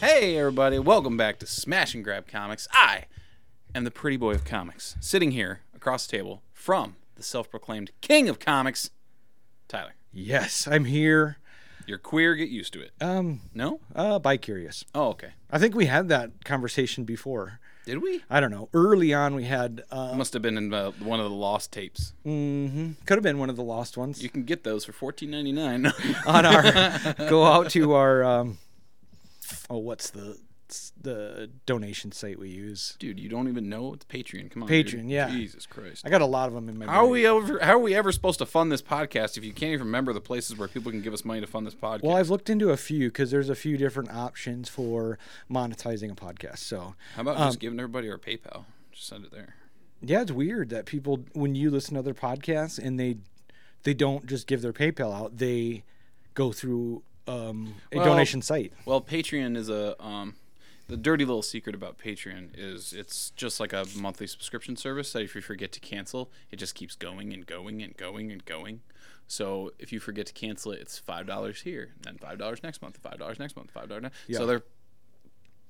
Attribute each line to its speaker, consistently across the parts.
Speaker 1: Hey, everybody, welcome back to Smash and Grab Comics. I am the pretty boy of comics, sitting here across the table from the self proclaimed king of comics, Tyler.
Speaker 2: Yes, I'm here.
Speaker 1: You're queer, get used to it.
Speaker 2: Um,
Speaker 1: No?
Speaker 2: uh, bi curious.
Speaker 1: Oh, okay.
Speaker 2: I think we had that conversation before.
Speaker 1: Did we?
Speaker 2: I don't know. Early on, we had. Uh,
Speaker 1: Must have been in uh, one of the lost tapes.
Speaker 2: mhm, could have been one of the lost ones.
Speaker 1: You can get those for fourteen ninety nine.
Speaker 2: on our go out to our. Um, oh, what's the the donation site we use?
Speaker 1: Dude, you don't even know it's Patreon. Come on,
Speaker 2: Patreon,
Speaker 1: Dude.
Speaker 2: yeah.
Speaker 1: Jesus Christ.
Speaker 2: I got a lot of them in my.
Speaker 1: How are
Speaker 2: brain.
Speaker 1: we ever? How are we ever supposed to fund this podcast if you can't even remember the places where people can give us money to fund this podcast?
Speaker 2: Well, I've looked into a few because there's a few different options for monetizing a podcast. So
Speaker 1: How about just giving everybody our PayPal? Just send it there.
Speaker 2: yeah, it's weird that people when you listen to other podcasts and they they don't just give their PayPal out, they go through um, a
Speaker 1: Well-
Speaker 2: donation site.
Speaker 1: Well, Patreon is a um, the dirty little secret about Patreon is it's just like a monthly subscription service that if you forget to cancel, it just keeps going and going and going and going. So if you forget to cancel it, it's five dollars here, then five dollars next month, five dollars next month, five dollars.
Speaker 2: Yeah.
Speaker 1: So they're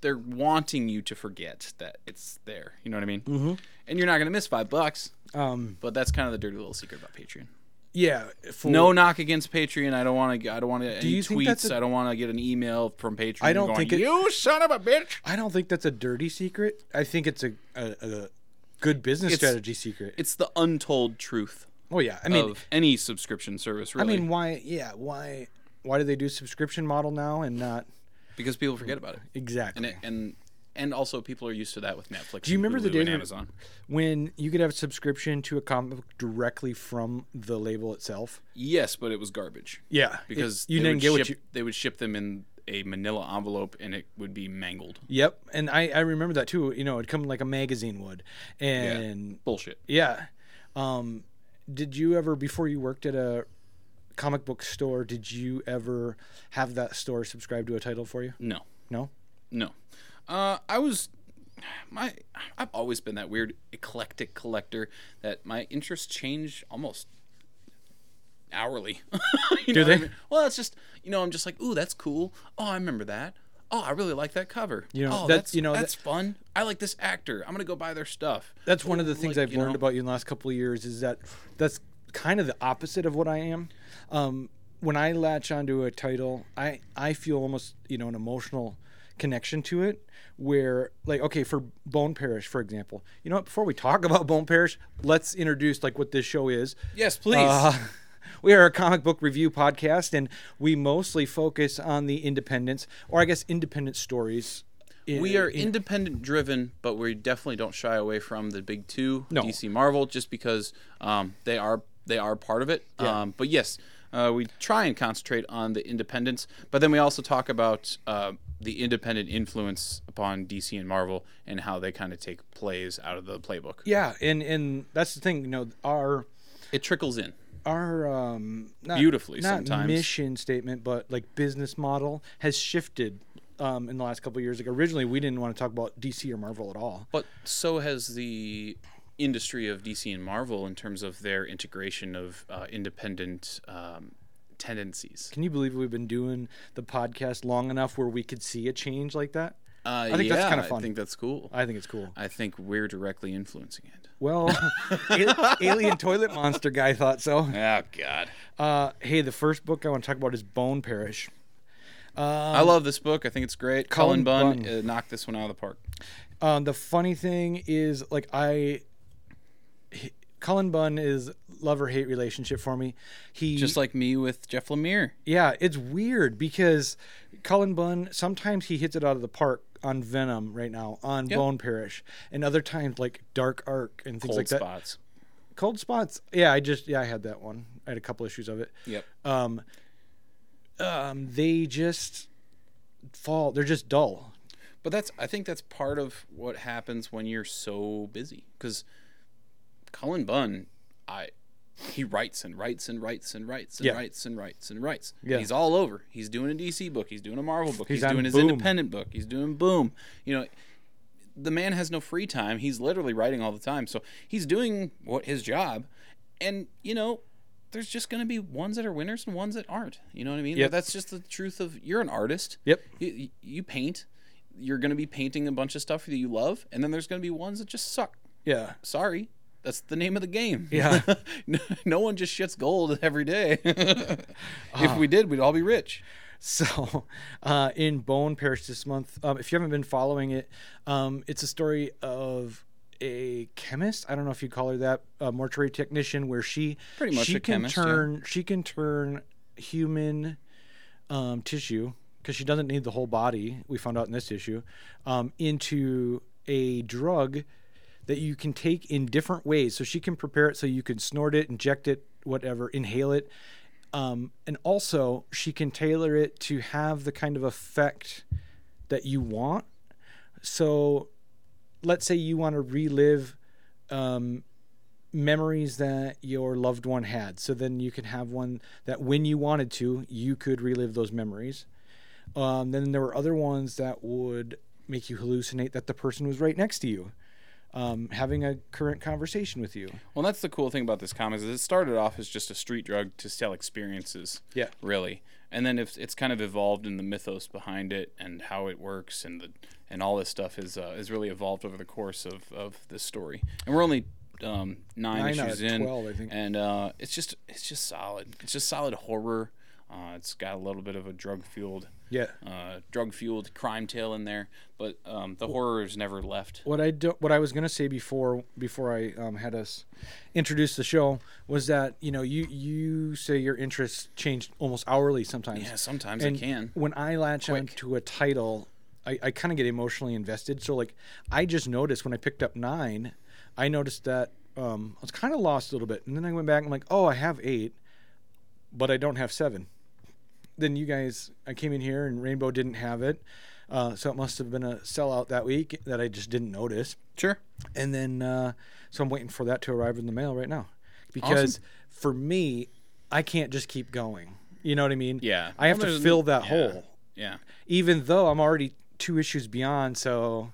Speaker 1: they're wanting you to forget that it's there. You know what I mean? Mm-hmm. And you're not gonna miss five bucks.
Speaker 2: Um,
Speaker 1: But that's kind of the dirty little secret about Patreon.
Speaker 2: yeah, for,
Speaker 1: No knock against Patreon. I don't want to. I don't want to. Any
Speaker 2: you think that's
Speaker 1: tweets. I
Speaker 2: a-
Speaker 1: I don't want to get an email from Patreon.
Speaker 2: I don't
Speaker 1: going,
Speaker 2: think it-
Speaker 1: you son of a bitch.
Speaker 2: I don't think that's a dirty secret. I think it's a a, a good business
Speaker 1: It's-
Speaker 2: strategy secret.
Speaker 1: It's the untold truth
Speaker 2: oh yeah, I mean,
Speaker 1: of any subscription service,
Speaker 2: I
Speaker 1: really,
Speaker 2: mean, why? Yeah, why? Why do they do subscription model now and not
Speaker 1: because people forget about it,
Speaker 2: exactly?
Speaker 1: and it, and and also people are used to that with Netflix.
Speaker 2: Do you
Speaker 1: and
Speaker 2: remember the
Speaker 1: Hulu
Speaker 2: day
Speaker 1: and
Speaker 2: when-
Speaker 1: Amazon?
Speaker 2: when you could have a subscription to a comic book directly from the label itself.
Speaker 1: Yes, but it was garbage
Speaker 2: Yeah,
Speaker 1: because
Speaker 2: you
Speaker 1: they
Speaker 2: didn't
Speaker 1: would
Speaker 2: get
Speaker 1: ship,
Speaker 2: what you.
Speaker 1: They would ship them in a Manila envelope, and it would be mangled.
Speaker 2: Yep, and I I remember that too. You know, it'd come like a magazine would, and
Speaker 1: Bullshit.
Speaker 2: yeah. Um, did you ever before you worked at a comic book store? Did you ever have that store subscribe to a title for you?
Speaker 1: No.
Speaker 2: No.
Speaker 1: No. Uh, I was my I've always been that weird eclectic collector that my interests change almost hourly. You know what I
Speaker 2: they?
Speaker 1: mean? Well, it's just you know I'm just like, "Ooh, that's cool. Oh, I remember that. Oh, I really like that cover.
Speaker 2: You know,
Speaker 1: oh,
Speaker 2: that-
Speaker 1: that's
Speaker 2: you know,
Speaker 1: that's fun. I like this actor. I'm going to go buy their stuff."
Speaker 2: That's one of the things
Speaker 1: Like,
Speaker 2: I've
Speaker 1: you
Speaker 2: learned
Speaker 1: know-
Speaker 2: about you in the last couple of years is that that's kind of the opposite of what I am. Um, when I latch onto a title, I I feel almost you know an emotional connection to it. Where like okay for Bone Parish for example, you know what? Before we talk about Bone Parish, let's introduce like what this show is.
Speaker 1: Yes, please.
Speaker 2: Uh, we are a comic book review podcast, and we mostly focus on the independents, or I guess independent stories. Uh, in-
Speaker 1: we are
Speaker 2: in-
Speaker 1: independent driven, but we definitely don't shy away from the big two,
Speaker 2: No.
Speaker 1: DC, Marvel, just because um, they are they are part of it. Um, but yes, uh, we try and concentrate on the independence, but then we also talk about uh, the independent influence upon DC and Marvel and how they kind of take plays out of the playbook.
Speaker 2: yeah, and and that's the thing. You know our
Speaker 1: It trickles in.
Speaker 2: our um not,
Speaker 1: Beautifully
Speaker 2: not
Speaker 1: sometimes.
Speaker 2: mission statement but like business model has shifted um in the last couple of years like originally we didn't want to talk about dc or marvel at all
Speaker 1: But so has the industry of DC and Marvel in terms of their integration of uh, independent um, tendencies.
Speaker 2: can you believe we've been doing the podcast long enough where we could see a change like that
Speaker 1: Uh,
Speaker 2: I think that's
Speaker 1: yeah,
Speaker 2: kinda
Speaker 1: I
Speaker 2: fun.
Speaker 1: think that's cool.
Speaker 2: i think it's cool
Speaker 1: I think we're directly influencing it.
Speaker 2: well a- alien toilet monster guy thought so
Speaker 1: Oh God!
Speaker 2: uh hey the first book i want to talk about is bone parish
Speaker 1: I love this book. I think it's great. Colin,
Speaker 2: Um, Colin
Speaker 1: Bunn,
Speaker 2: Bunn.
Speaker 1: Uh, knocked this one out of the park.
Speaker 2: Um, the funny thing is, like, I. he- Cullen Bunn is love or hate relationship for me. He
Speaker 1: Just like me with Jeff Lemire.
Speaker 2: yeah, it's weird because Cullen Bunn sometimes he hits it out of the park on Venom right now on Bone Parish, and other times like Dark Arc and things
Speaker 1: Cold
Speaker 2: like that.
Speaker 1: spots.
Speaker 2: Cold spots. Yeah, I just yeah I had that one. I had a couple issues of it.
Speaker 1: Yep.
Speaker 2: Um, um, they just fall. They're just dull.
Speaker 1: But that's I think that's part of what happens when you're so busy because Colin Bunn, I he writes and writes and writes and writes and
Speaker 2: Yeah.
Speaker 1: writes and writes and writes.
Speaker 2: Yeah.
Speaker 1: He's all over. He's doing a DC book. He's doing a Marvel book. He's,
Speaker 2: He's on
Speaker 1: doing his
Speaker 2: Boom.
Speaker 1: independent book. He's doing Boom. You know, the man has no free time. He's literally writing all the time. So he's doing what his job, and you know. There's just going to be ones that are winners and ones that aren't. You know what I mean?
Speaker 2: Yep.
Speaker 1: That's just the truth of you're an artist.
Speaker 2: Yep.
Speaker 1: You, you paint. you're going to be painting a bunch of stuff that you love, and then there's going to be ones that just suck.
Speaker 2: Yeah.
Speaker 1: Sorry. That's the name of the game.
Speaker 2: Yeah.
Speaker 1: no, no one just shits gold every day.
Speaker 2: Uh.
Speaker 1: if we did, we'd all be rich.
Speaker 2: So, uh, in Bone Parish this month, um, if you haven't been following it, um, it's a story of a chemist. I don't know if you call her that, a mortuary technician, where she
Speaker 1: Pretty much
Speaker 2: she
Speaker 1: a
Speaker 2: can
Speaker 1: chemist, yeah.
Speaker 2: turn she can turn human um, tissue because she doesn't need the whole body. We found out in this issue um, into a drug that you can take in different ways. So she can prepare it so you can snort it, inject it, whatever, inhale it. Um, and also, she can tailor it to have the kind of effect that you want. So, let's say you want to relive um, memories that your loved one had. So then you can have one that when you wanted to, you could relive those memories. Um, then there were other ones that would make you hallucinate that the person was right next to you, um, having a current conversation with you.
Speaker 1: Well, that's the cool thing about this comic is it started off as just a street drug to sell experiences.
Speaker 2: Yeah.
Speaker 1: Really. And then it's, it's kind of evolved in the mythos behind it and how it works and the and all this stuff is uh, is really evolved over the course of, of this story. And we're only um, nine,
Speaker 2: Nine out
Speaker 1: issues
Speaker 2: of
Speaker 1: in,
Speaker 2: 12, I think.
Speaker 1: and uh, it's just it's just solid. It's just solid horror. Uh, it's got a little bit of a drug fueled,
Speaker 2: Yeah.
Speaker 1: uh, drug fueled crime tale in there, but um, the horror is never left.
Speaker 2: What I do, what I was gonna say before before I um, had us introduce the show was that you know you you say your interests change almost hourly sometimes.
Speaker 1: Yeah, sometimes
Speaker 2: and
Speaker 1: it can.
Speaker 2: When I latch onto a title, I, I kind of get emotionally invested. So like, I just noticed when I picked up nine, I noticed that um, I was kind of lost a little bit, and then I went back and I'm like, oh, I have eight, but I don't have seven. Then you guys, I came in here and Rainbow didn't have it, uh, so it must have been a sellout that week that I just didn't notice.
Speaker 1: Sure.
Speaker 2: And then, uh, so I'm waiting for that to arrive in the mail right now, because for me, I can't just keep going. You know what I mean?
Speaker 1: Yeah.
Speaker 2: I have
Speaker 1: Well,
Speaker 2: to
Speaker 1: there's-
Speaker 2: fill that
Speaker 1: yeah.
Speaker 2: hole,
Speaker 1: Yeah.
Speaker 2: even though I'm already two issues beyond. So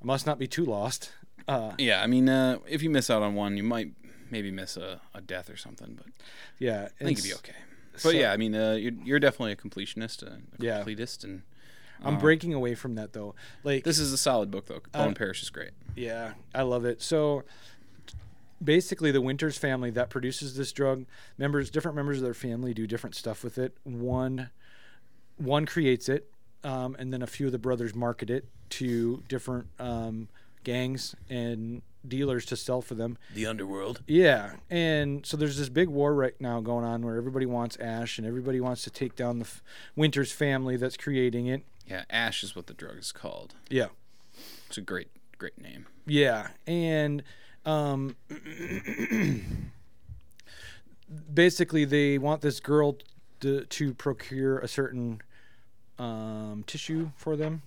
Speaker 2: I must not be too lost. Uh,
Speaker 1: Yeah, I mean, uh, if you miss out on one, you might maybe miss a, a death or something, but
Speaker 2: yeah,
Speaker 1: I think
Speaker 2: it's-
Speaker 1: you'd be okay. But
Speaker 2: so-
Speaker 1: yeah, I mean, uh, you're, you're definitely a completionist, a, a
Speaker 2: Yeah.
Speaker 1: completist, and
Speaker 2: I'm
Speaker 1: Uh-huh.
Speaker 2: breaking away from that though. Like,
Speaker 1: this is a solid book though. Bone
Speaker 2: Uh,
Speaker 1: Parish is great.
Speaker 2: yeah, I love it. So basically, the Winters family that produces this drug, members, different members of their family do different stuff with it. One, one creates it, um, and then a few of the brothers market it to different um, gangs and dealers to sell for them.
Speaker 1: The underworld.
Speaker 2: Yeah, and so there's this big war right now going on where everybody wants Ash and everybody wants to take down the F- Winters family that's creating it.
Speaker 1: Yeah, Ash is what the drug is called.
Speaker 2: Yeah,
Speaker 1: It's a great, great name.
Speaker 2: yeah, and um, basically they want this girl to, to procure a certain um, tissue for them,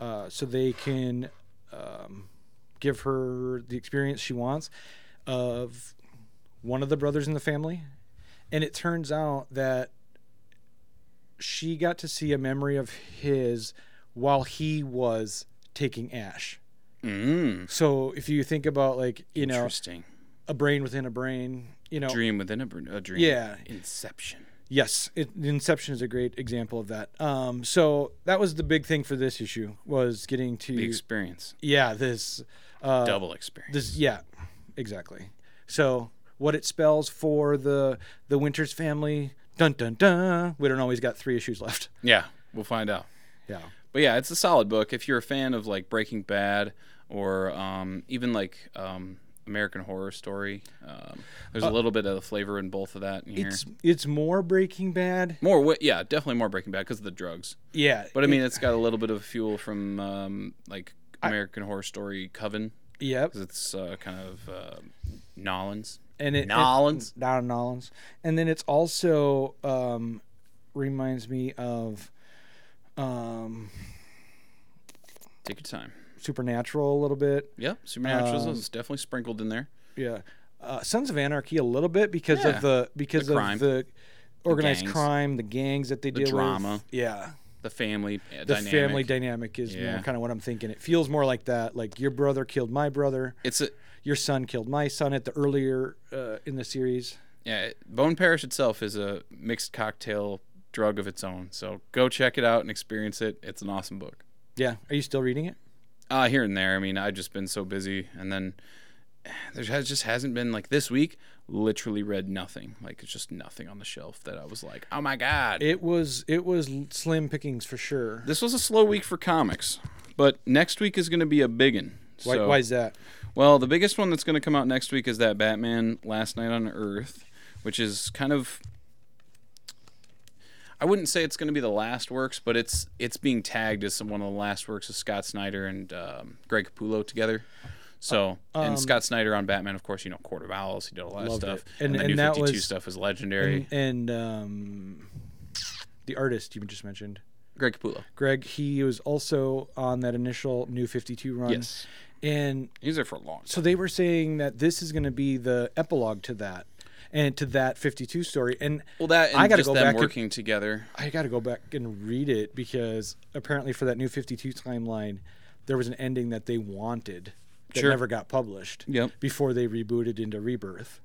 Speaker 2: uh, so they can um, give her the experience she wants of one of the brothers in the family. And it turns out that she got to see a memory of his while he was taking Ash.
Speaker 1: Mm,
Speaker 2: So if you think about like, you know,
Speaker 1: interesting.
Speaker 2: a brain within a brain, you know,
Speaker 1: Dream within a, br- a dream.
Speaker 2: Yeah.
Speaker 1: Inception.
Speaker 2: Yes, it, Inception is a great example of that. Um, so that was the big thing for this issue was getting to
Speaker 1: The experience.
Speaker 2: yeah this uh,
Speaker 1: Double experience.
Speaker 2: this yeah exactly. So what it spells for the the Winters family dun dun dun. We don't always got three issues left.
Speaker 1: yeah, we'll find out.
Speaker 2: Yeah,
Speaker 1: But yeah, it's a solid book. If you're a fan of like Breaking Bad or um, even like um, American Horror Story, um, there's a little bit of flavor in both of that in here.
Speaker 2: Uh, it's it's more Breaking Bad.
Speaker 1: More, wi- yeah, definitely more Breaking Bad because of the drugs.
Speaker 2: Yeah,
Speaker 1: But I mean, it's got a little bit of fuel from um, like American Horror Story Coven
Speaker 2: yep,
Speaker 1: because it's uh, kind of uh, Nolans.
Speaker 2: and it, it
Speaker 1: Nolans.
Speaker 2: down in Nolans. And then it's also um, reminds me of um,
Speaker 1: Take your time.
Speaker 2: Supernatural a little bit.
Speaker 1: Yeah,
Speaker 2: Um,
Speaker 1: Supernatural is definitely sprinkled in there.
Speaker 2: Yeah, uh, Sons of Anarchy a little bit because
Speaker 1: Yeah.
Speaker 2: of the because
Speaker 1: The crime.
Speaker 2: of the organized
Speaker 1: gangs.
Speaker 2: crime, the gangs that they deal
Speaker 1: drama.
Speaker 2: with. Yeah,
Speaker 1: The family uh,
Speaker 2: the
Speaker 1: dynamic.
Speaker 2: family dynamic is
Speaker 1: Yeah.
Speaker 2: kind of what I'm thinking. It feels more like that. Like your brother killed my brother,
Speaker 1: it's a
Speaker 2: your son killed my son at the earlier uh, in the series.
Speaker 1: Yeah, it- Bone Parish itself is a mixed cocktail drug of its own. So go check it out and experience it. It's an awesome book.
Speaker 2: Yeah. Are you still reading it?
Speaker 1: Uh, here and there. I mean, I've just been so busy, and then there has just hasn't been like this week. Literally read nothing. Like it's just nothing on the shelf that I was like, oh my god.
Speaker 2: It was it was slim pickings for sure.
Speaker 1: this was a slow week for comics, but next week is going to be a big one.
Speaker 2: Why, why is that?
Speaker 1: Well, the biggest one that's going to come out next week is that Batman Last Night on Earth, which is kind of I wouldn't say it's going to be the last works, but it's it's being tagged as some, one of the last works of Scott Snyder and um, Greg Capullo together. So, and Scott Snyder on Batman, of course, you know, Court of Owls, he did a lot of
Speaker 2: Uh, um, Loved
Speaker 1: stuff.
Speaker 2: it. And-
Speaker 1: the
Speaker 2: and
Speaker 1: New
Speaker 2: that
Speaker 1: 52
Speaker 2: was-
Speaker 1: stuff is legendary.
Speaker 2: And um, the artist you just mentioned,
Speaker 1: Greg Capullo.
Speaker 2: Greg. He was also on that initial New Fifty Two run.
Speaker 1: Yes.
Speaker 2: And
Speaker 1: He was there for a long time.
Speaker 2: so they were saying that this is going to be the epilogue to that, and to that Fifty Two story. And
Speaker 1: Well, that and
Speaker 2: I gotta
Speaker 1: just
Speaker 2: go
Speaker 1: them
Speaker 2: back to-
Speaker 1: working together.
Speaker 2: I got to go back and read it because apparently for that New Fifty Two timeline, there was an ending that they wanted that
Speaker 1: Sure.
Speaker 2: never got published.
Speaker 1: Yep.
Speaker 2: Before they rebooted into Rebirth.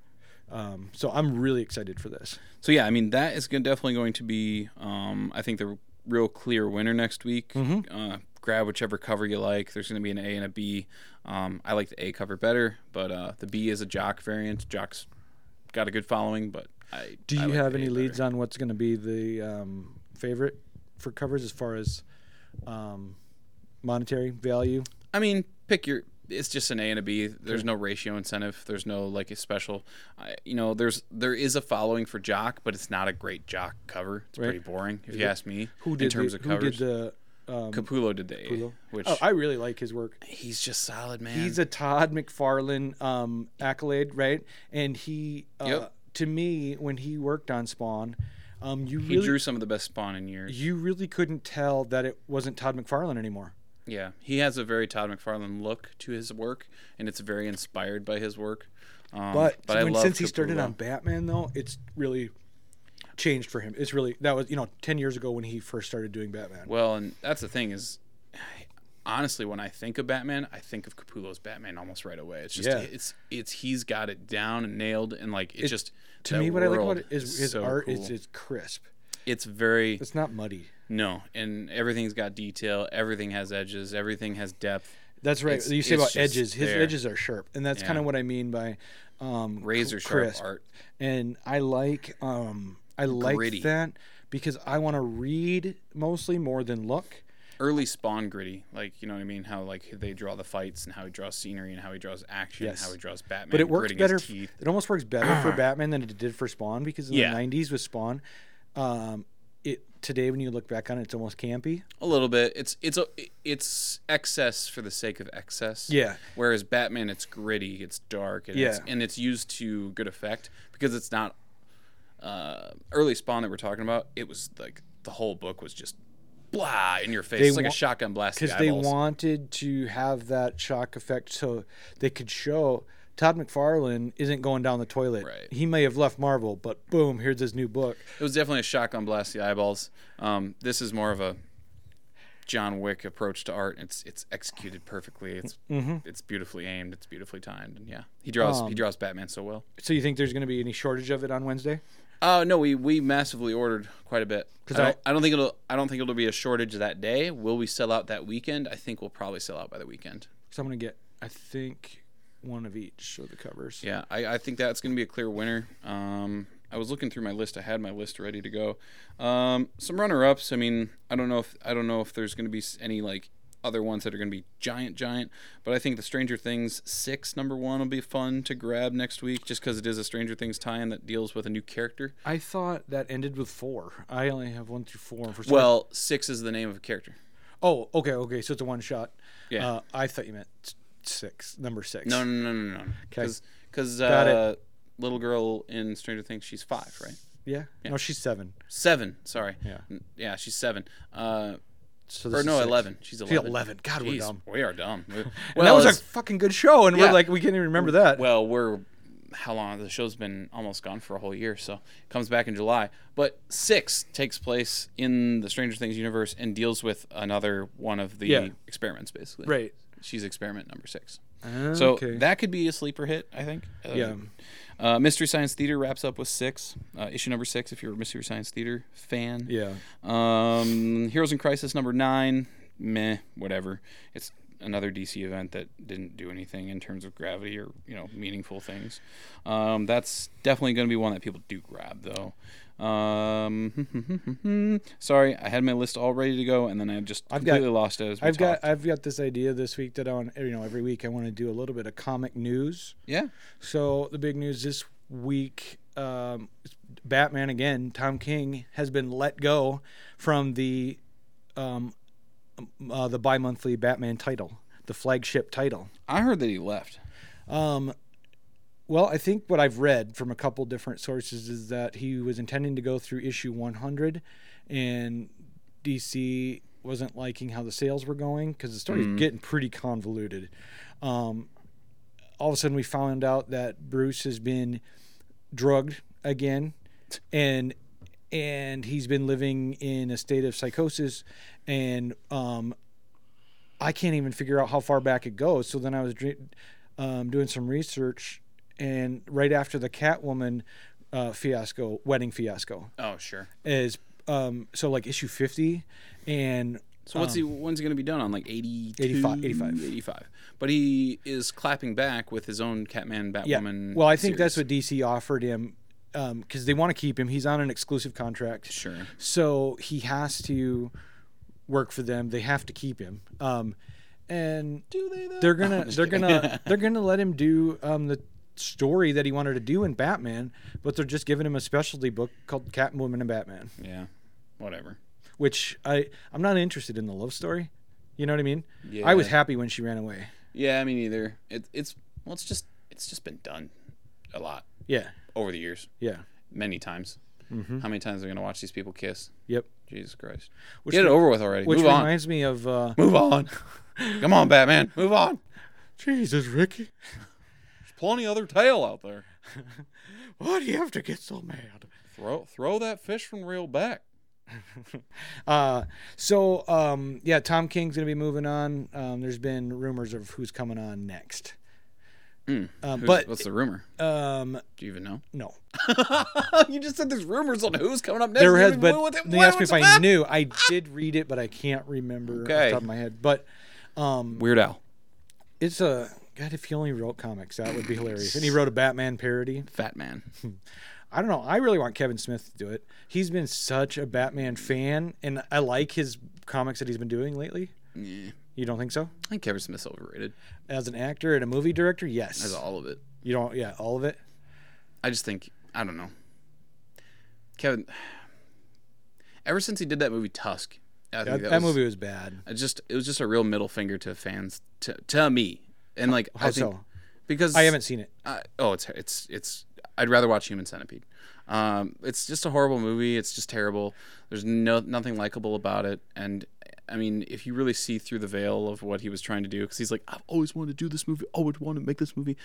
Speaker 2: Um, so I'm really excited for this.
Speaker 1: So yeah, I mean that is going definitely going to be, um, I think the real clear winner next week.
Speaker 2: Mm-hmm.
Speaker 1: Uh, grab whichever cover you like. There's going to be an A and a B. Um, I like the A cover better, but uh, the B is a Jock variant. Jock's got a good following, but I
Speaker 2: Do you
Speaker 1: I like
Speaker 2: have
Speaker 1: the A
Speaker 2: any
Speaker 1: better.
Speaker 2: leads on what's going to be the um, favorite for covers as far as um, monetary value?
Speaker 1: I mean, pick your. It's just an A and a B. There's no ratio incentive. There's no like a special. I, you know, there's there is a following for Jock, but it's not a great Jock cover. It's pretty boring, if you ask me.
Speaker 2: Who did
Speaker 1: in terms
Speaker 2: the,
Speaker 1: of covers?
Speaker 2: Who did the? Um,
Speaker 1: Capullo did the A, which
Speaker 2: oh, I really like his work.
Speaker 1: he's just solid, man.
Speaker 2: He's a Todd McFarlane um, accolade, right? And he, uh,
Speaker 1: Yep.
Speaker 2: to me, when he worked on Spawn, um, you
Speaker 1: He
Speaker 2: really,
Speaker 1: drew some of the best Spawn in years.
Speaker 2: you really couldn't tell that it wasn't Todd McFarlane anymore.
Speaker 1: Yeah, he has a very Todd McFarlane look to his work, and it's very inspired by his work. Um,
Speaker 2: But, when- since he
Speaker 1: Capullo.
Speaker 2: started on Batman, though, it's really changed for him. It's really that was you know ten years ago when he first started doing Batman.
Speaker 1: well, and that's the thing is, honestly, when I think of Batman, I think of Capullo's Batman almost right away. It's just
Speaker 2: Yeah.
Speaker 1: it's it's he's got it down and nailed, and like it, just
Speaker 2: to
Speaker 1: that
Speaker 2: me, what I like about
Speaker 1: world
Speaker 2: it is his
Speaker 1: so
Speaker 2: art is
Speaker 1: cool.
Speaker 2: it's crisp.
Speaker 1: it's very
Speaker 2: It's not muddy.
Speaker 1: no, and everything's got detail. Everything has edges. Everything has depth.
Speaker 2: That's right.
Speaker 1: It's-
Speaker 2: you say
Speaker 1: it's
Speaker 2: about
Speaker 1: just
Speaker 2: edges. His
Speaker 1: there.
Speaker 2: edges are sharp, and that's kind
Speaker 1: Yeah.
Speaker 2: of what I mean by um,
Speaker 1: Razor
Speaker 2: c-
Speaker 1: sharp
Speaker 2: crisp.
Speaker 1: art.
Speaker 2: And I like um, I like
Speaker 1: Gritty.
Speaker 2: that because I want to read mostly more than look.
Speaker 1: early spawn gritty like you know what i mean how like they draw the fights and how he draws scenery and how he draws action and
Speaker 2: Yes.
Speaker 1: how he draws batman
Speaker 2: But it works
Speaker 1: gritting
Speaker 2: better.
Speaker 1: his teeth
Speaker 2: It almost works better for Batman than it did for Spawn because in
Speaker 1: Yeah.
Speaker 2: the '90s with Spawn, um, it today when you look back on it, it's almost campy.
Speaker 1: a little bit it's it's a, it's excess for the sake of excess
Speaker 2: Yeah.
Speaker 1: whereas batman it's gritty it's dark and it's,
Speaker 2: Yeah.
Speaker 1: and it's used to good effect because it's not uh early spawn that we're talking about it was like the whole book was just blah in your face
Speaker 2: They
Speaker 1: it's like
Speaker 2: wa-
Speaker 1: a shotgun blast to the
Speaker 2: because they
Speaker 1: eyeballs.
Speaker 2: wanted to have that shock effect so they could show Todd McFarlane isn't going down the toilet.
Speaker 1: Right.
Speaker 2: He may have left Marvel, but boom, here's his new book.
Speaker 1: It was definitely a shotgun blast to the eyeballs. Um, this is more of a John Wick approach to art. It's it's executed perfectly. It's it's beautifully aimed. It's beautifully timed. And yeah, he draws he draws Batman so well.
Speaker 2: So you think there's going to be any shortage of it on Wednesday?
Speaker 1: Oh no, we we massively ordered quite a bit.
Speaker 2: 'Cause
Speaker 1: I don't,
Speaker 2: I-
Speaker 1: I, don't think it'll I don't think it'll be a shortage that day. Will we sell out that weekend? I think we'll probably sell out by the weekend.
Speaker 2: So I'm going to get, I think, one of each of the covers.
Speaker 1: Yeah, I, I think that's going to be a clear winner. Um, I was looking through my list. I had my list ready to go. Um, some runner-ups. I mean, I don't know if I don't know if there's going to be s- any like other ones that are going to be giant, giant. But I think the Stranger Things six number one will be fun to grab next week, just because it is a Stranger Things tie-in that deals with a new character.
Speaker 2: I thought that ended with four. I only have one through four. and For some-
Speaker 1: Well, six is the name of a character.
Speaker 2: oh, okay, okay. So it's a one shot.
Speaker 1: Yeah.
Speaker 2: Uh, I thought you meant s- six, number six.
Speaker 1: No, no, no, no, no. Because because
Speaker 2: Got it.
Speaker 1: uh, little girl in Stranger Things, she's five, right?
Speaker 2: Yeah? No, she's seven.
Speaker 1: Seven. Sorry.
Speaker 2: Yeah.
Speaker 1: N- Yeah, she's seven. Uh,
Speaker 2: So this
Speaker 1: or
Speaker 2: is
Speaker 1: no,
Speaker 2: six.
Speaker 1: eleven. She's
Speaker 2: She's
Speaker 1: eleven.
Speaker 2: 11. God, we're
Speaker 1: Jeez,
Speaker 2: dumb.
Speaker 1: We are dumb. We-
Speaker 2: And
Speaker 1: well,
Speaker 2: that was a
Speaker 1: it's-
Speaker 2: fucking good show, and
Speaker 1: Yeah.
Speaker 2: we're like, we can't even remember that.
Speaker 1: well, we're how long the show's been almost gone for a whole year, so it comes back in July. But six takes place in the Stranger Things universe and deals with another one of the
Speaker 2: Yeah.
Speaker 1: experiments, basically.
Speaker 2: Right.
Speaker 1: She's experiment number six. So that could be a sleeper hit, I think. Uh,
Speaker 2: Yeah.
Speaker 1: Uh, Mystery Science Theater wraps up with six, uh, issue number six. If you're a Mystery Science Theater fan,
Speaker 2: yeah,
Speaker 1: Um, Heroes in Crisis number nine. meh, whatever. It's another DC event that didn't do anything in terms of gravity or you know meaningful things. Um, that's definitely going to be one that people do grab though. Um, sorry, I had my list all ready to go, and then I just
Speaker 2: I've got-
Speaker 1: completely lost it. As we
Speaker 2: I've got
Speaker 1: talked.
Speaker 2: I've got this idea this week that on you know every week I want to do a little bit of comic news.
Speaker 1: yeah,
Speaker 2: So the big news this week, um, it's Batman again. Tom King has been let go from the um, uh, the bi-monthly Batman title, the flagship title.
Speaker 1: I heard that he left.
Speaker 2: Um, well, I think what I've read from a couple different sources is that he was intending to go through issue 100, and DC wasn't liking how the sales were going because the story's getting pretty convoluted. Um, all of a sudden, we found out that Bruce has been drugged again, and and he's been living in a state of psychosis, and um, I can't even figure out how far back it goes. So then I was dre- um, doing some research, and right after the Catwoman uh, fiasco, wedding fiasco,
Speaker 1: Oh sure.
Speaker 2: is um, so like issue 50, and
Speaker 1: So what's he? When's he going to be done on? Like 82?
Speaker 2: 85, 85.
Speaker 1: 85. But he is clapping back with his own Catman,
Speaker 2: yeah,
Speaker 1: Batwoman.
Speaker 2: well, I think that's
Speaker 1: series.
Speaker 2: what DC offered him because they want to keep him. He's on an exclusive contract.
Speaker 1: Sure.
Speaker 2: so he has to work for them. They have to keep him. Um, and
Speaker 1: Do they though?
Speaker 2: they're gonna they're gonna they're gonna let him do um, the story that he wanted to do in Batman, but they're just giving him a specialty book called Catwoman and Batman,
Speaker 1: Yeah. Whatever.
Speaker 2: which I I'm not interested in the love story. You know what I mean? I was
Speaker 1: Yeah.
Speaker 2: happy when she ran away.
Speaker 1: Yeah, I mean either. It, it's well, it's just it's just been done a lot
Speaker 2: Yeah,
Speaker 1: over the years,
Speaker 2: yeah,
Speaker 1: many times. How many times are we gonna watch these people kiss?
Speaker 2: yep.
Speaker 1: Jesus Christ!
Speaker 2: Which
Speaker 1: Get it
Speaker 2: re-
Speaker 1: over with already.
Speaker 2: Which
Speaker 1: Move on.
Speaker 2: reminds me of uh,
Speaker 1: Move on. Come on, Batman. Move on.
Speaker 2: Jesus, Ricky.
Speaker 1: There's plenty other tail out there.
Speaker 2: Why do you have to get so mad?
Speaker 1: Throw throw that fish from reel back.
Speaker 2: Uh, so um, yeah, Tom King's gonna be moving on. Um, there's been rumors of who's coming on next. Uh,
Speaker 1: Who's-
Speaker 2: but
Speaker 1: what's the rumor?
Speaker 2: um,
Speaker 1: Do you even know?
Speaker 2: no,
Speaker 1: you just said there's rumors on who's coming up next.
Speaker 2: there
Speaker 1: You
Speaker 2: has
Speaker 1: even
Speaker 2: been.
Speaker 1: blew with it.
Speaker 2: They
Speaker 1: Why
Speaker 2: asked me if
Speaker 1: was-
Speaker 2: I knew. I did read it, but I can't remember off
Speaker 1: Okay.
Speaker 2: the top of my head. But um,
Speaker 1: Weird Al,
Speaker 2: it's a God. If he only wrote comics, that would be hilarious. And he wrote a Batman parody.
Speaker 1: Fat Man.
Speaker 2: I don't know. I really want Kevin Smith to do it. He's been such a Batman fan, and I like his comics that he's been doing lately.
Speaker 1: Yeah.
Speaker 2: You don't think so?
Speaker 1: I think Kevin Smith's overrated.
Speaker 2: As an actor and a movie director, yes.
Speaker 1: As all of it.
Speaker 2: You don't, yeah, all of it.
Speaker 1: I just think I don't know. Kevin, ever since he did that movie Tusk, I
Speaker 2: That,
Speaker 1: think that,
Speaker 2: that
Speaker 1: was,
Speaker 2: movie was bad.
Speaker 1: I just it was just a real middle finger to fans to to me, and like
Speaker 2: How
Speaker 1: I think
Speaker 2: so?
Speaker 1: because
Speaker 2: I haven't seen it.
Speaker 1: I- oh, it's it's it's. I'd rather watch Human Centipede. Um, it's just a horrible movie. It's just terrible. There's no nothing likable about it. And I mean, if you really see through the veil of what he was trying to do, because he's like, I've always wanted to do this movie. Always wanted to make this movie.